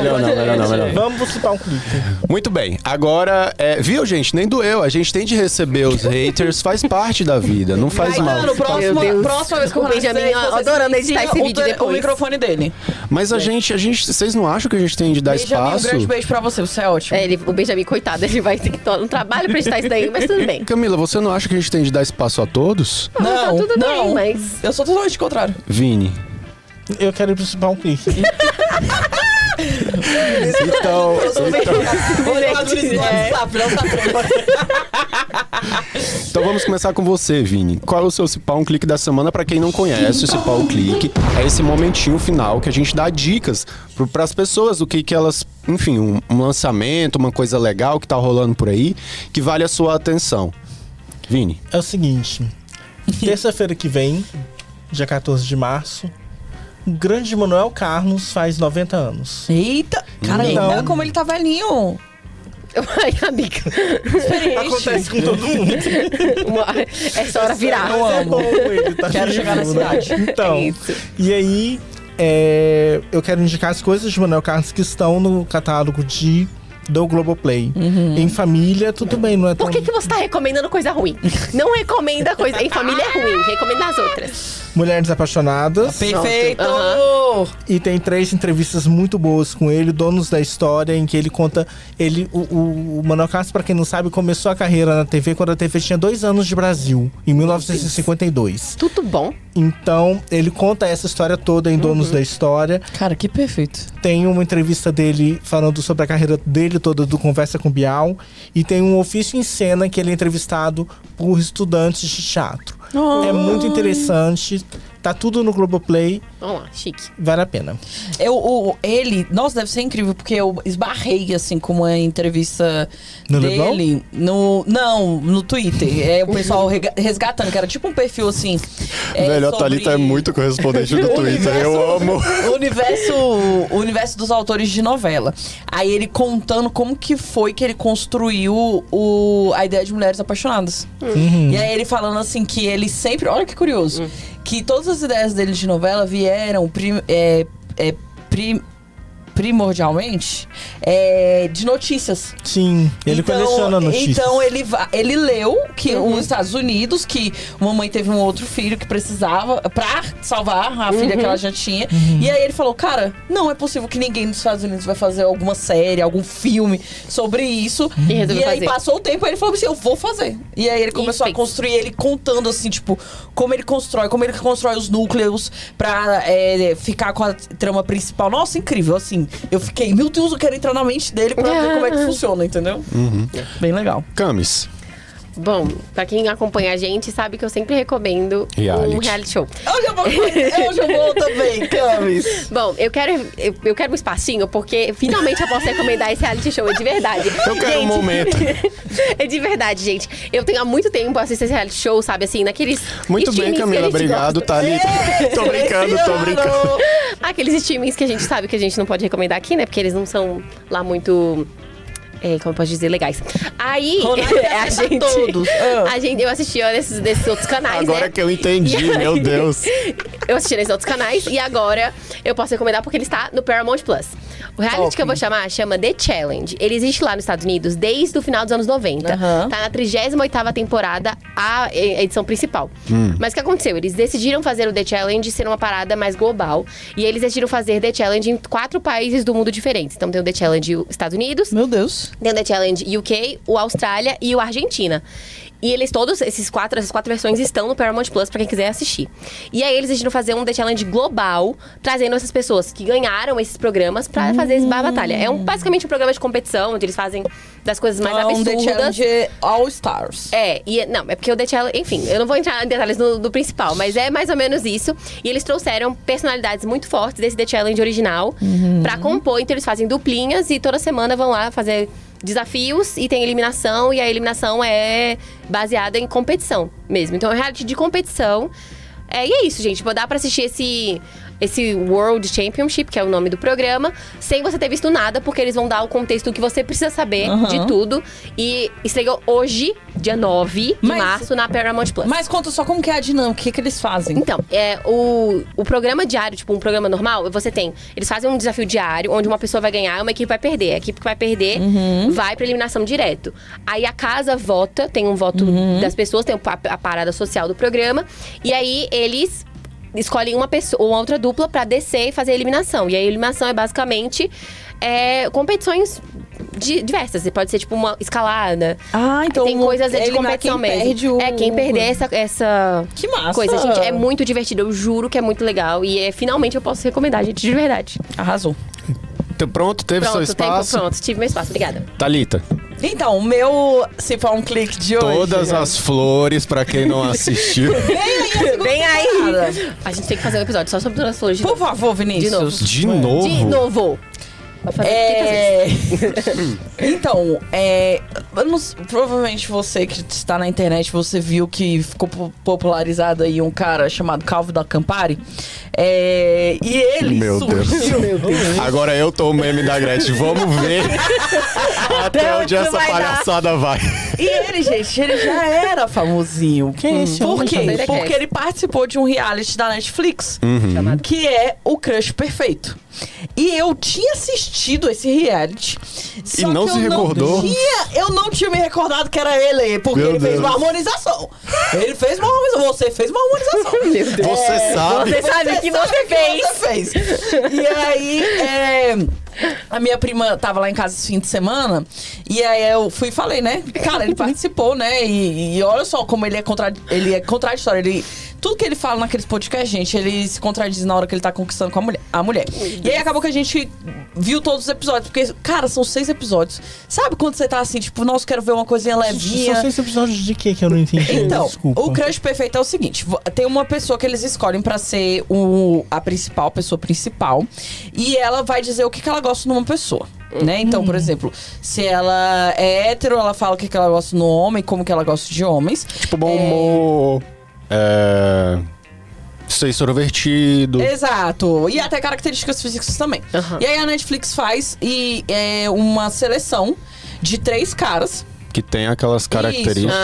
Speaker 5: melhor não, melhor não, melhor não.
Speaker 4: Vamos citar um clipe.
Speaker 5: Muito bem, agora, é, viu, gente? Nem doeu. A gente tem de receber os haters, faz parte da vida, não faz mal.
Speaker 6: Caetano,
Speaker 2: Meu
Speaker 6: próxima,
Speaker 2: Deus.
Speaker 6: próxima vez que o
Speaker 2: O
Speaker 6: Ronaldo
Speaker 2: Benjamin
Speaker 6: sair, vocês
Speaker 2: adorando editar esse
Speaker 6: ligam o
Speaker 2: vídeo
Speaker 6: te- O
Speaker 2: depois.
Speaker 6: microfone dele.
Speaker 5: Mas a gente, a gente, vocês não acham que a gente tem de dar
Speaker 6: Benjamin, um
Speaker 5: espaço?
Speaker 6: grande beijo pra você, você é ótimo.
Speaker 2: É, ele, o Benjamin, coitado, ele vai ter que to- um trabalho pra editar isso daí, mas tudo bem.
Speaker 5: Camila, você não acha que a gente tem de dar espaço a todos?
Speaker 2: tá
Speaker 6: Não,
Speaker 2: tudo
Speaker 6: não.
Speaker 2: bem, mas-
Speaker 6: Eu sou totalmente contrário.
Speaker 5: Vini.
Speaker 4: Eu quero ir pro citar um clipe.
Speaker 6: é
Speaker 5: Então,
Speaker 6: Adorei,
Speaker 2: É.
Speaker 6: WhatsApp, não tá bom.
Speaker 5: então vamos começar com você, Vini. Qual é o seu Cipá um clique da semana? Pra quem não conhece, o Cipá um clique é esse momentinho final que a gente dá dicas para as pessoas do que que elas, enfim, um, um lançamento, uma coisa legal que tá rolando por aí, que vale a sua atenção. Vini,
Speaker 4: É o seguinte. Terça-feira que vem, dia 14 de março, o grande Manuel Carlos faz 90 anos.
Speaker 6: Eita, cara,
Speaker 4: Então-
Speaker 6: olha como ele tá velhinho.
Speaker 2: Ai, amiga.
Speaker 5: Tá
Speaker 4: Acontece com todo mundo.
Speaker 2: Uma- Essa hora virar.
Speaker 4: Mas é bom ele tá
Speaker 6: Quero chegar na
Speaker 4: vivo, né?
Speaker 6: cidade.
Speaker 4: Então,
Speaker 2: É isso.
Speaker 4: e aí é, eu quero indicar as coisas de Manuel Carlos que estão no catálogo de do Globoplay. Em família, tudo bem, não é tão...
Speaker 2: Uhum. Por que, que você tá recomendando coisa ruim? Não recomenda coisa. Em família é ruim, recomenda as outras.
Speaker 4: Mulheres Apaixonadas.
Speaker 6: Perfeito!
Speaker 4: E tem três entrevistas muito boas com ele, donos da história, em que ele conta. Ele, o, o, o Manuel Carlos, pra quem não sabe, começou a carreira na TV quando a TV tinha dois anos de Brasil, em 1952.
Speaker 2: Tudo bom.
Speaker 4: Então, ele conta essa história toda em Donos
Speaker 2: Uhum.
Speaker 4: da História.
Speaker 6: Cara, que perfeito.
Speaker 4: Tem uma entrevista dele falando sobre a carreira dele toda do Conversa com Bial. E tem um ofício em cena que ele é entrevistado por estudantes de teatro.
Speaker 6: Oh.
Speaker 4: É muito interessante. Tá tudo no Globoplay.
Speaker 2: Vamos lá, chique.
Speaker 4: Vale a pena.
Speaker 6: Eu, o, ele, nossa, deve ser incrível, porque eu esbarrei, assim, com uma entrevista
Speaker 4: No
Speaker 6: dele. No, não, no Twitter. É o pessoal rega- resgatando, que era tipo um perfil assim. é,
Speaker 5: velho, a
Speaker 6: sobre
Speaker 5: Thalita é muito correspondente do Twitter. Eu amo.
Speaker 6: O universo, o universo dos autores de novela. Aí ele contando como que foi que ele construiu o, a ideia de mulheres apaixonadas. E aí ele falando assim que ele sempre. Olha que curioso. Que todas as ideias dele de novela vieram prim- é, é, prim- primordialmente é, de notícias.
Speaker 4: Sim, ele coleciona notícias.
Speaker 6: Então ele, va- ele leu que
Speaker 2: Uhum.
Speaker 6: os Estados Unidos, que uma mãe teve um outro filho que precisava pra salvar a
Speaker 2: Uhum.
Speaker 6: filha que ela já tinha.
Speaker 4: Uhum.
Speaker 6: E aí ele falou, cara, não é possível que ninguém nos Estados Unidos vai fazer alguma série, algum filme sobre isso.
Speaker 4: Uhum.
Speaker 2: E resolveu
Speaker 6: aí
Speaker 2: fazer.
Speaker 6: passou o tempo e ele falou assim, eu vou fazer. E aí ele começou a
Speaker 2: fez.
Speaker 6: construir, ele contando assim, tipo, como ele constrói, como ele constrói os núcleos pra é, ficar com a trama principal. Nossa, incrível, assim. Eu fiquei, meu Deus, eu quero entrar na mente dele pra ver como é que funciona, entendeu? Bem legal.
Speaker 5: Camis.
Speaker 2: Bom, pra quem acompanha a gente, sabe que eu sempre recomendo
Speaker 5: Reality.
Speaker 2: um reality show.
Speaker 6: Hoje eu vou, hoje eu vou também, Camis.
Speaker 2: Bom, eu quero, eu, eu quero um espacinho, porque finalmente eu posso recomendar esse reality show, é de verdade.
Speaker 5: Eu quero um momento.
Speaker 2: é de verdade, gente. Eu tenho há muito tempo assistindo esse reality show, sabe, assim, naqueles
Speaker 5: Muito bem,
Speaker 2: streamings que
Speaker 5: Camila.
Speaker 2: a gente
Speaker 5: Obrigado,
Speaker 2: gosta. É.
Speaker 5: Thalita. tô brincando,
Speaker 6: é
Speaker 5: tô brincando.
Speaker 2: Aqueles streamings que a gente sabe que a gente não pode recomendar aqui, né? Porque eles não são lá muito. é, como eu posso dizer, legais. Aí,
Speaker 6: Ronaldo é quer
Speaker 2: a
Speaker 6: acertar
Speaker 2: gente.
Speaker 6: todos. Ah.
Speaker 2: A gente eu assistia nesses, nesses outros canais,
Speaker 5: Agora
Speaker 6: é
Speaker 2: né?
Speaker 5: que eu entendi, meu Deus.
Speaker 2: Eu assisti nesses outros canais e agora eu posso recomendar porque ele está no Paramount Plus. O reality
Speaker 6: Top.
Speaker 2: que eu vou chamar chama The Challenge. Ele existe lá nos Estados Unidos desde o final dos anos 90.
Speaker 6: Aham.
Speaker 2: Tá na 38ª temporada, a e- edição principal.
Speaker 5: Hum.
Speaker 2: Mas o que aconteceu? Eles decidiram fazer o The Challenge ser uma parada mais global. E eles decidiram fazer The Challenge em quatro países do mundo diferentes. Então tem o The Challenge os Estados Unidos,
Speaker 6: Meu Deus.
Speaker 2: tem o The Challenge UK, o Austrália e o Argentina. E eles todos, esses quatro, essas quatro versões estão no Paramount Plus pra quem quiser assistir. E aí eles decidiram fazer um The Challenge global, trazendo essas pessoas que ganharam esses programas pra fazer esse bar batalha. É um, basicamente um programa de competição, onde eles fazem das coisas mais
Speaker 6: É um The
Speaker 2: absurdas.
Speaker 6: Challenge All Stars.
Speaker 2: É, e não, é porque o The Challenge, enfim, eu não vou entrar em detalhes no- do principal, mas é mais ou menos isso. E eles trouxeram personalidades muito fortes desse The Challenge original pra compor, então eles fazem duplinhas e toda semana vão lá fazer desafios e tem eliminação e a eliminação é baseada em competição mesmo. Então é um reality de competição. É, e é isso, gente. Vou dar pra assistir esse esse World Championship, que é o nome do programa, sem você ter visto nada, porque eles vão dar o contexto que você precisa saber
Speaker 6: Aham.
Speaker 2: de tudo. E estreou hoje, dia 9 de
Speaker 6: Mas-
Speaker 2: março, na Paramount Plus.
Speaker 6: Mas conta só como que é a dinâmica, o que, que eles fazem?
Speaker 2: Então, é, o, o programa diário, tipo um programa normal, você tem. Eles fazem um desafio diário, onde uma pessoa vai ganhar e uma equipe vai perder. A equipe que vai perder
Speaker 6: Uhum.
Speaker 2: vai pra eliminação direto. Aí a casa vota, tem um voto
Speaker 6: Uhum.
Speaker 2: das pessoas, tem o pa- a parada social do programa. E aí eles escolhem uma pessoa, uma outra dupla pra descer e fazer a eliminação. E a eliminação é basicamente é, competições di- diversas. Pode ser tipo uma escalada.
Speaker 6: Ah, então
Speaker 2: tem coisas de
Speaker 6: eliminar
Speaker 2: competição
Speaker 6: quem
Speaker 2: mesmo.
Speaker 6: perde o-
Speaker 2: É, quem perder essa- essa
Speaker 6: Que massa!
Speaker 2: coisa, gente. É muito divertido, eu juro que é muito legal. E é, finalmente eu posso recomendar, gente, de verdade.
Speaker 6: Arrasou.
Speaker 5: Então, Pronto, teve seu
Speaker 2: Pronto, tempo,
Speaker 5: espaço.
Speaker 2: pronto. Tive meu espaço, obrigada.
Speaker 5: Thalita,
Speaker 6: Então, o meu se for um clique de hoje.
Speaker 5: todas
Speaker 2: é.
Speaker 5: as flores pra quem não assistiu.
Speaker 2: Vem aí!
Speaker 6: Nada.
Speaker 2: A gente tem que fazer um episódio só sobre Duras Flores de
Speaker 6: Por
Speaker 2: novo.
Speaker 6: favor, Vinícius.
Speaker 2: De novo.
Speaker 5: De novo.
Speaker 2: De novo! Vai fazer 500 vezes.
Speaker 6: É... então, é... eu não s- provavelmente você que está na internet, você viu que ficou po- popularizado aí um cara chamado Calvo da Campari. É, E ele
Speaker 5: Meu Deus.
Speaker 6: surgiu...
Speaker 5: Agora eu tô o meme da Gretchen. Vamos ver até onde essa
Speaker 6: vai dar.
Speaker 5: palhaçada vai.
Speaker 6: E ele, gente, ele já era famosinho.
Speaker 4: Quem é esse
Speaker 6: Por
Speaker 4: homem?
Speaker 6: quê?
Speaker 2: Ele é
Speaker 6: Porque
Speaker 2: quem?
Speaker 6: ele participou de um reality da Netflix,
Speaker 5: Uhum.
Speaker 2: Chamado-
Speaker 6: que é o Crush Perfeito. E eu tinha assistido esse reality. só
Speaker 5: não
Speaker 6: que
Speaker 5: se
Speaker 6: eu
Speaker 5: recordou?
Speaker 6: tinha- eu não tinha me recordado que era ele, porque
Speaker 5: Meu
Speaker 6: ele fez
Speaker 5: Deus.
Speaker 6: uma harmonização. Ele fez uma harmonização. Você fez uma harmonização. Meu Deus.
Speaker 5: Você sabe.
Speaker 2: Você sabe que você fez!
Speaker 6: fez. E aí, é, a minha prima tava lá em casa esse fim de semana. E aí eu fui e falei, né? Cara, ele participou, né? E, e olha só como ele é, contra, ele é contraditório. Ele, tudo que ele fala naqueles podcasts, gente, ele se contradiz na hora que ele tá conquistando com a mulher. A mulher. E aí acabou que a gente viu todos os episódios. Porque, cara, são seis episódios. Sabe quando você tá assim, tipo, nossa, quero ver uma coisinha levinha?
Speaker 4: São seis episódios de quê que eu não entendi?
Speaker 6: é Então,
Speaker 4: Desculpa.
Speaker 6: o crush perfeito é o seguinte: vo- tem uma pessoa que eles escolhem pra ser o, a principal, pessoa principal, e ela vai dizer o que, que ela gosta numa pessoa. Né? Então, por exemplo, se ela é hétero, ela fala o que, que ela gosta no homem, como que ela gosta de homens.
Speaker 5: Tipo, bom humor. É... Ser extrovertido.
Speaker 6: Exato. E até características físicas também.
Speaker 2: Aham.
Speaker 6: E aí a Netflix faz e é uma seleção de três caras.
Speaker 5: Que tem aquelas características.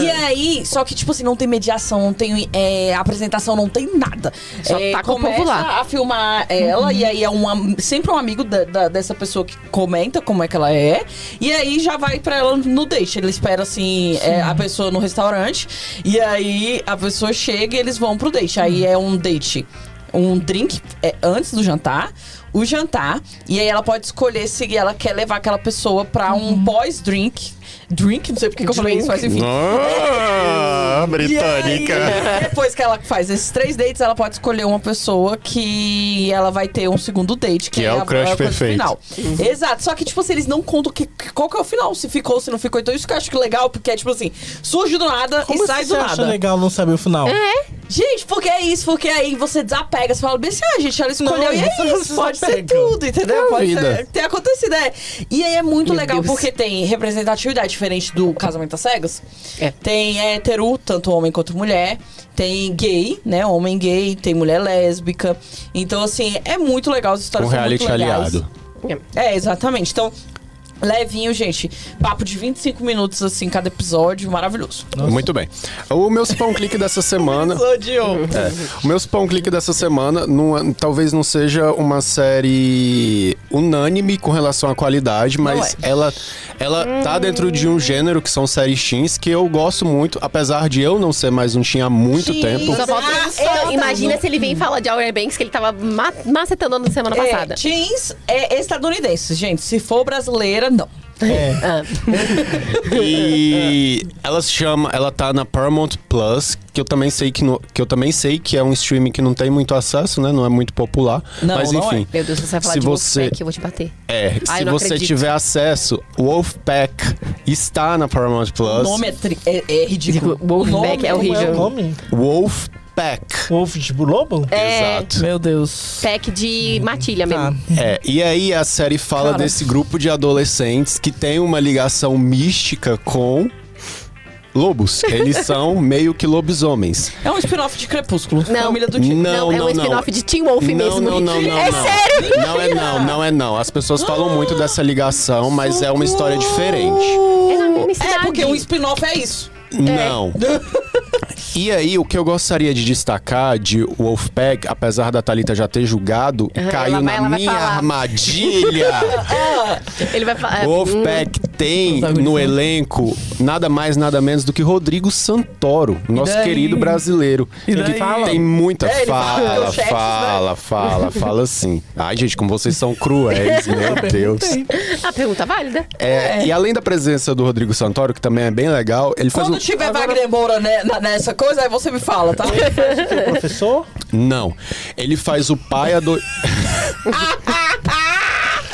Speaker 6: E aí, só que, tipo assim, não tem mediação, não tem é, apresentação, não tem nada.
Speaker 2: Só
Speaker 6: é,
Speaker 2: taca o povo
Speaker 6: começa
Speaker 2: lá.
Speaker 6: a filmar ela, e aí é um, am- sempre um amigo da- da- dessa pessoa que comenta como é que ela é. E aí já vai pra ela no date. Ele espera, assim, é, a pessoa no restaurante. E aí a pessoa chega e eles vão pro date. Aí é um date. Um drink é, antes do jantar, o jantar, e aí ela pode escolher se ela quer levar aquela pessoa pra um pós-drink. Drink, não sei porque que eu falei isso, mas enfim.
Speaker 5: Ah,
Speaker 6: E
Speaker 5: britânica.
Speaker 4: né?
Speaker 6: aí, depois que ela faz esses três dates, ela pode escolher uma pessoa que ela vai ter um segundo date, que,
Speaker 5: Que é o
Speaker 6: a-
Speaker 5: crush
Speaker 6: a-
Speaker 5: perfeito.
Speaker 6: final.
Speaker 4: Uhum.
Speaker 6: Exato. Só que, tipo assim, eles não contam que, que- qual que é o final, se ficou, se não ficou. Então, isso que eu acho que legal, porque é tipo assim, surge do nada
Speaker 4: Como é
Speaker 6: e sai
Speaker 4: você
Speaker 6: do
Speaker 4: acha
Speaker 6: nada. É.
Speaker 4: legal não saber o final?
Speaker 6: Gente, porque é isso, porque aí você desapega, você fala, bem assim, ah, gente, ela escolheu
Speaker 4: Não,
Speaker 6: e
Speaker 4: você
Speaker 6: é
Speaker 4: não
Speaker 6: isso. Pode ser
Speaker 4: desapega.
Speaker 6: tudo, entendeu?
Speaker 5: É a
Speaker 6: Pode
Speaker 5: vida.
Speaker 6: ser, ter acontecido, é. E aí é muito
Speaker 2: Meu
Speaker 6: legal,
Speaker 2: Deus.
Speaker 6: porque tem representatividade diferente do casamento às cegas.
Speaker 2: É.
Speaker 6: Tem hétero, tanto homem quanto mulher. Tem gay, né? Homem gay, tem mulher lésbica. Então, assim, é muito legal as
Speaker 5: Um
Speaker 6: histórias. são muito
Speaker 5: reality
Speaker 6: legais.
Speaker 5: aliado.
Speaker 6: É, exatamente. Então, levinho, gente. Papo de 25 minutos, assim, cada episódio. Maravilhoso.
Speaker 5: Muito bem. O meu Cipão Clique dessa semana.
Speaker 6: Odiou.
Speaker 5: É. O meu Spam Clique dessa semana não é- talvez não seja uma série unânime com relação à qualidade, mas
Speaker 6: é.
Speaker 5: ela, ela tá dentro de um gênero que são séries teens que eu gosto muito, apesar de eu não ser mais um teen há muito
Speaker 6: Teen.
Speaker 5: tempo.
Speaker 2: Só falta- um
Speaker 6: Ah, eu-
Speaker 2: imagina se ele vem e fala de Our Banks que ele tava ma- macetando na semana
Speaker 6: É,
Speaker 2: passada.
Speaker 6: teens é estadunidense, gente. Se for brasileira, não.
Speaker 4: É.
Speaker 2: Ah,
Speaker 5: E ela se chama, ela tá na Paramount Plus, que eu também sei que, no- que eu também sei que é um streaming que não tem muito acesso, né? Não é muito popular.
Speaker 6: Não,
Speaker 5: mas
Speaker 6: não é.
Speaker 5: enfim.
Speaker 2: meu Deus, você vai falar
Speaker 5: Se
Speaker 2: de
Speaker 5: você-
Speaker 2: Wolfpack, eu vou te bater.
Speaker 5: É,
Speaker 2: Ai,
Speaker 5: se
Speaker 2: não
Speaker 5: você
Speaker 2: acredito.
Speaker 5: tiver acesso, Wolfpack está na Paramount
Speaker 6: O
Speaker 5: Plus.
Speaker 6: nome é, tri- é- é ridículo.
Speaker 2: Digo, Wolfpack é
Speaker 6: O nome um-
Speaker 4: Como é
Speaker 2: horrível.
Speaker 4: o nome?
Speaker 5: Wolfpack.
Speaker 4: Wolf de Lobo?
Speaker 2: É.
Speaker 5: Exato.
Speaker 6: Meu Deus.
Speaker 2: Pack de matilha mesmo.
Speaker 4: Tá.
Speaker 5: É, e aí a série fala
Speaker 6: Cara.
Speaker 5: desse grupo de adolescentes que tem uma ligação mística com lobos. Eles são meio que lobisomens.
Speaker 6: É um spin-off de Crepúsculo.
Speaker 2: Não.
Speaker 6: Família do Tigre.
Speaker 5: Não,
Speaker 2: é
Speaker 5: não,
Speaker 2: um
Speaker 5: não.
Speaker 2: spin-off de Teen Wolf
Speaker 5: Não,
Speaker 2: mesmo.
Speaker 5: não, não, não.
Speaker 2: é
Speaker 5: não.
Speaker 2: sério?
Speaker 5: Não é não, não é não. As pessoas falam muito dessa ligação, mas é uma história diferente.
Speaker 2: É na mesma cidade.
Speaker 6: É, porque um spin-off é isso.
Speaker 5: Não. E aí, o que eu gostaria de destacar de Wolfpack, apesar da Thalita já ter julgado, caiu
Speaker 2: ela vai-
Speaker 5: na
Speaker 2: ela vai
Speaker 5: minha
Speaker 2: falar.
Speaker 5: armadilha.
Speaker 2: Ele vai
Speaker 6: É
Speaker 2: falar. é,
Speaker 5: Wolfpack tem no elenco nada mais, nada menos do que Rodrigo Santoro, nosso
Speaker 6: daí?
Speaker 5: querido brasileiro.
Speaker 3: daí?
Speaker 5: Que Tem muita
Speaker 6: É, ele fala
Speaker 5: fala,
Speaker 6: pelos chefes,
Speaker 5: fala, fala, fala assim. Ai, gente, como vocês são cruéis, meu Deus.
Speaker 2: A pergunta válida.
Speaker 5: É, E além da presença do Rodrigo Santoro, que também é bem legal, ele faz
Speaker 6: Quando
Speaker 5: um...
Speaker 6: tiver Wagner Moura né, na- nessa coisa, aí você me fala, tá?
Speaker 4: Professor?
Speaker 5: Não. Ele faz o pai ado...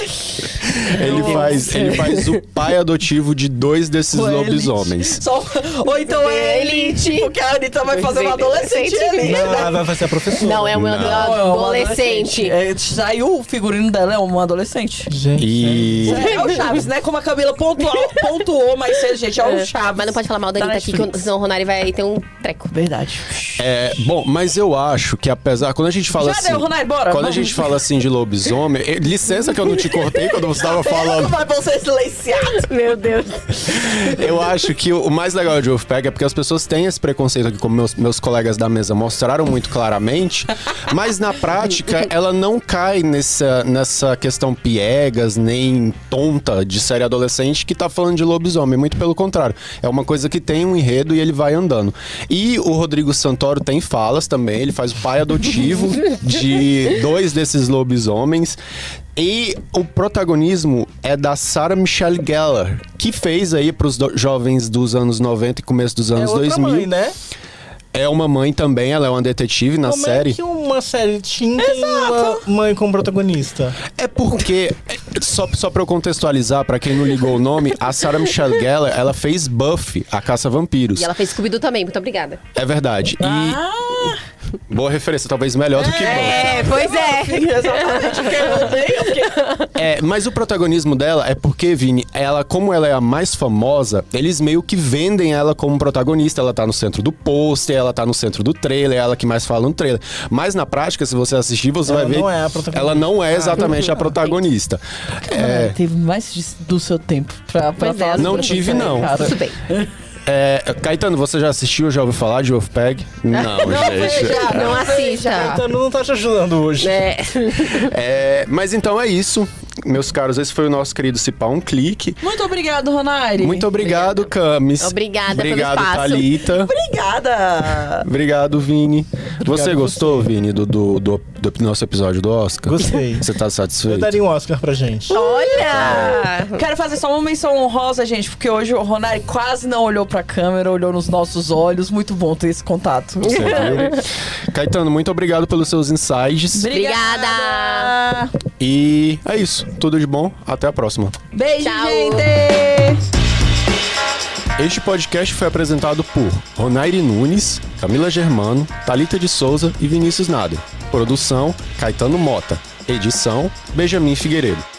Speaker 5: ele, faz, ele faz o pai adotivo de dois desses lobisomens.
Speaker 6: Só- Ou então é ele,
Speaker 2: Elite.
Speaker 6: tipo, que a Anitta vai fazer uma
Speaker 2: Pois é,
Speaker 6: adolescente
Speaker 2: adolescente
Speaker 6: ali.
Speaker 4: Não, ela vai fazer a professora.
Speaker 2: Não, é um adolescente.
Speaker 6: É, saiu o figurino dela, é uma adolescente.
Speaker 4: Gente.
Speaker 5: E...
Speaker 6: É, o Chaves, né? Como a Camila pontuou, pontuou mais cedo, gente. É o Chaves. Tá
Speaker 2: Mas não pode falar mal da Anitta aqui,
Speaker 6: Netflix.
Speaker 2: que senão o Ronari vai ter um treco.
Speaker 6: Verdade.
Speaker 5: É, bom, mas eu acho que apesar. Quando a gente fala
Speaker 6: Já
Speaker 5: assim.
Speaker 6: deu, Ronai, bora,
Speaker 5: Quando
Speaker 6: vamos.
Speaker 5: a gente fala assim de lobisomem. eh, Licença que eu não te cortei quando você tava falando.
Speaker 6: Como é bom ser silenciado?
Speaker 2: Meu Deus.
Speaker 5: Eu acho que o mais legal de Wolfpack é porque as pessoas têm esse preconceito aqui, como meus, meus colegas da mesa mostraram muito claramente. Mas na prática, ela não cai nessa, nessa questão piegas, nem tonta de série adolescente que tá falando de lobisomem. Muito pelo contrário. É uma coisa que tem um enredo e ele vai andando. E o Rodrigo Santoro tem falas também, ele faz o pai adotivo de dois desses lobisomens. E o protagonismo é da Sarah Michelle Gellar, que fez aí pros do- jovens dos anos 90 e começo dos
Speaker 4: É
Speaker 5: anos
Speaker 4: outra
Speaker 5: 2000.
Speaker 4: mãe, né?
Speaker 5: É uma mãe também, ela é uma detetive na
Speaker 4: Como
Speaker 5: série.
Speaker 4: é que uma série teen tem uma mãe como protagonista?
Speaker 5: É porque, é, só, só pra eu contextualizar, pra quem não ligou o nome, a Sarah Michelle Gellar, ela fez Buffy, a Caça a Vampiros.
Speaker 2: E ela Ah, fez Scooby-Doo também, muito obrigada.
Speaker 5: É verdade. E boa referência, talvez melhor do que Buffy.
Speaker 2: pois
Speaker 6: é. Exatamente, porque eu odeio, porque
Speaker 5: É, mas o protagonismo dela é porque, Vini, ela, como ela é a mais famosa, eles meio que vendem ela como protagonista. Ela tá no centro do pôster, ela tá no centro do trailer, ela que mais fala no trailer. Mas na prática, se você assistir, você
Speaker 4: Ela
Speaker 5: vai ver.
Speaker 4: não é a
Speaker 5: que
Speaker 4: protagonista.
Speaker 5: Ela não é exatamente a protagonista. É,
Speaker 6: Teve mais de- do seu tempo pra, pra
Speaker 2: Pois é,
Speaker 6: falar
Speaker 5: não
Speaker 6: sobre
Speaker 5: tive,
Speaker 6: isso,
Speaker 5: não.
Speaker 6: né, cara.
Speaker 2: Tudo bem.
Speaker 5: É, Caetano, você já assistiu, já ouviu falar de Wolfpack? Não, gente.
Speaker 6: veja.
Speaker 2: Não
Speaker 4: Ah.
Speaker 2: assista.
Speaker 4: Então não tá te ajudando hoje.
Speaker 2: É,
Speaker 5: É, mas então é isso, meus caros. Esse foi o nosso querido Cipá Um Clique.
Speaker 6: Muito obrigado, Ronari.
Speaker 5: Muito obrigado, Camis.
Speaker 2: Obrigada pelo
Speaker 5: Obrigado,
Speaker 2: espaço.
Speaker 5: Thalita.
Speaker 6: obrigada.
Speaker 5: Obrigado, Vini. você gostou, Vini, do, do, do- do nosso episódio do Oscar?
Speaker 4: Gostei.
Speaker 5: Você tá
Speaker 4: Eu
Speaker 5: satisfeito?
Speaker 4: daria um Oscar pra gente.
Speaker 2: olha!
Speaker 6: Quero fazer só uma menção honrosa, gente, porque hoje o Ronari quase não olhou pra câmera, olhou nos nossos olhos. Muito bom ter esse contato.
Speaker 5: Você viu? Caetano, muito obrigado pelos seus insights.
Speaker 2: Obrigada.
Speaker 5: E é isso. Tudo de bom. Até a próxima.
Speaker 6: Beijo,
Speaker 2: Tchau.
Speaker 6: gente!
Speaker 5: Este podcast foi apresentado por Ronaire Nunes, Camila Germano, Talita de Souza e Vinícius Nader. Produção: Caetano Mota. Edição: Benjamin Figueiredo.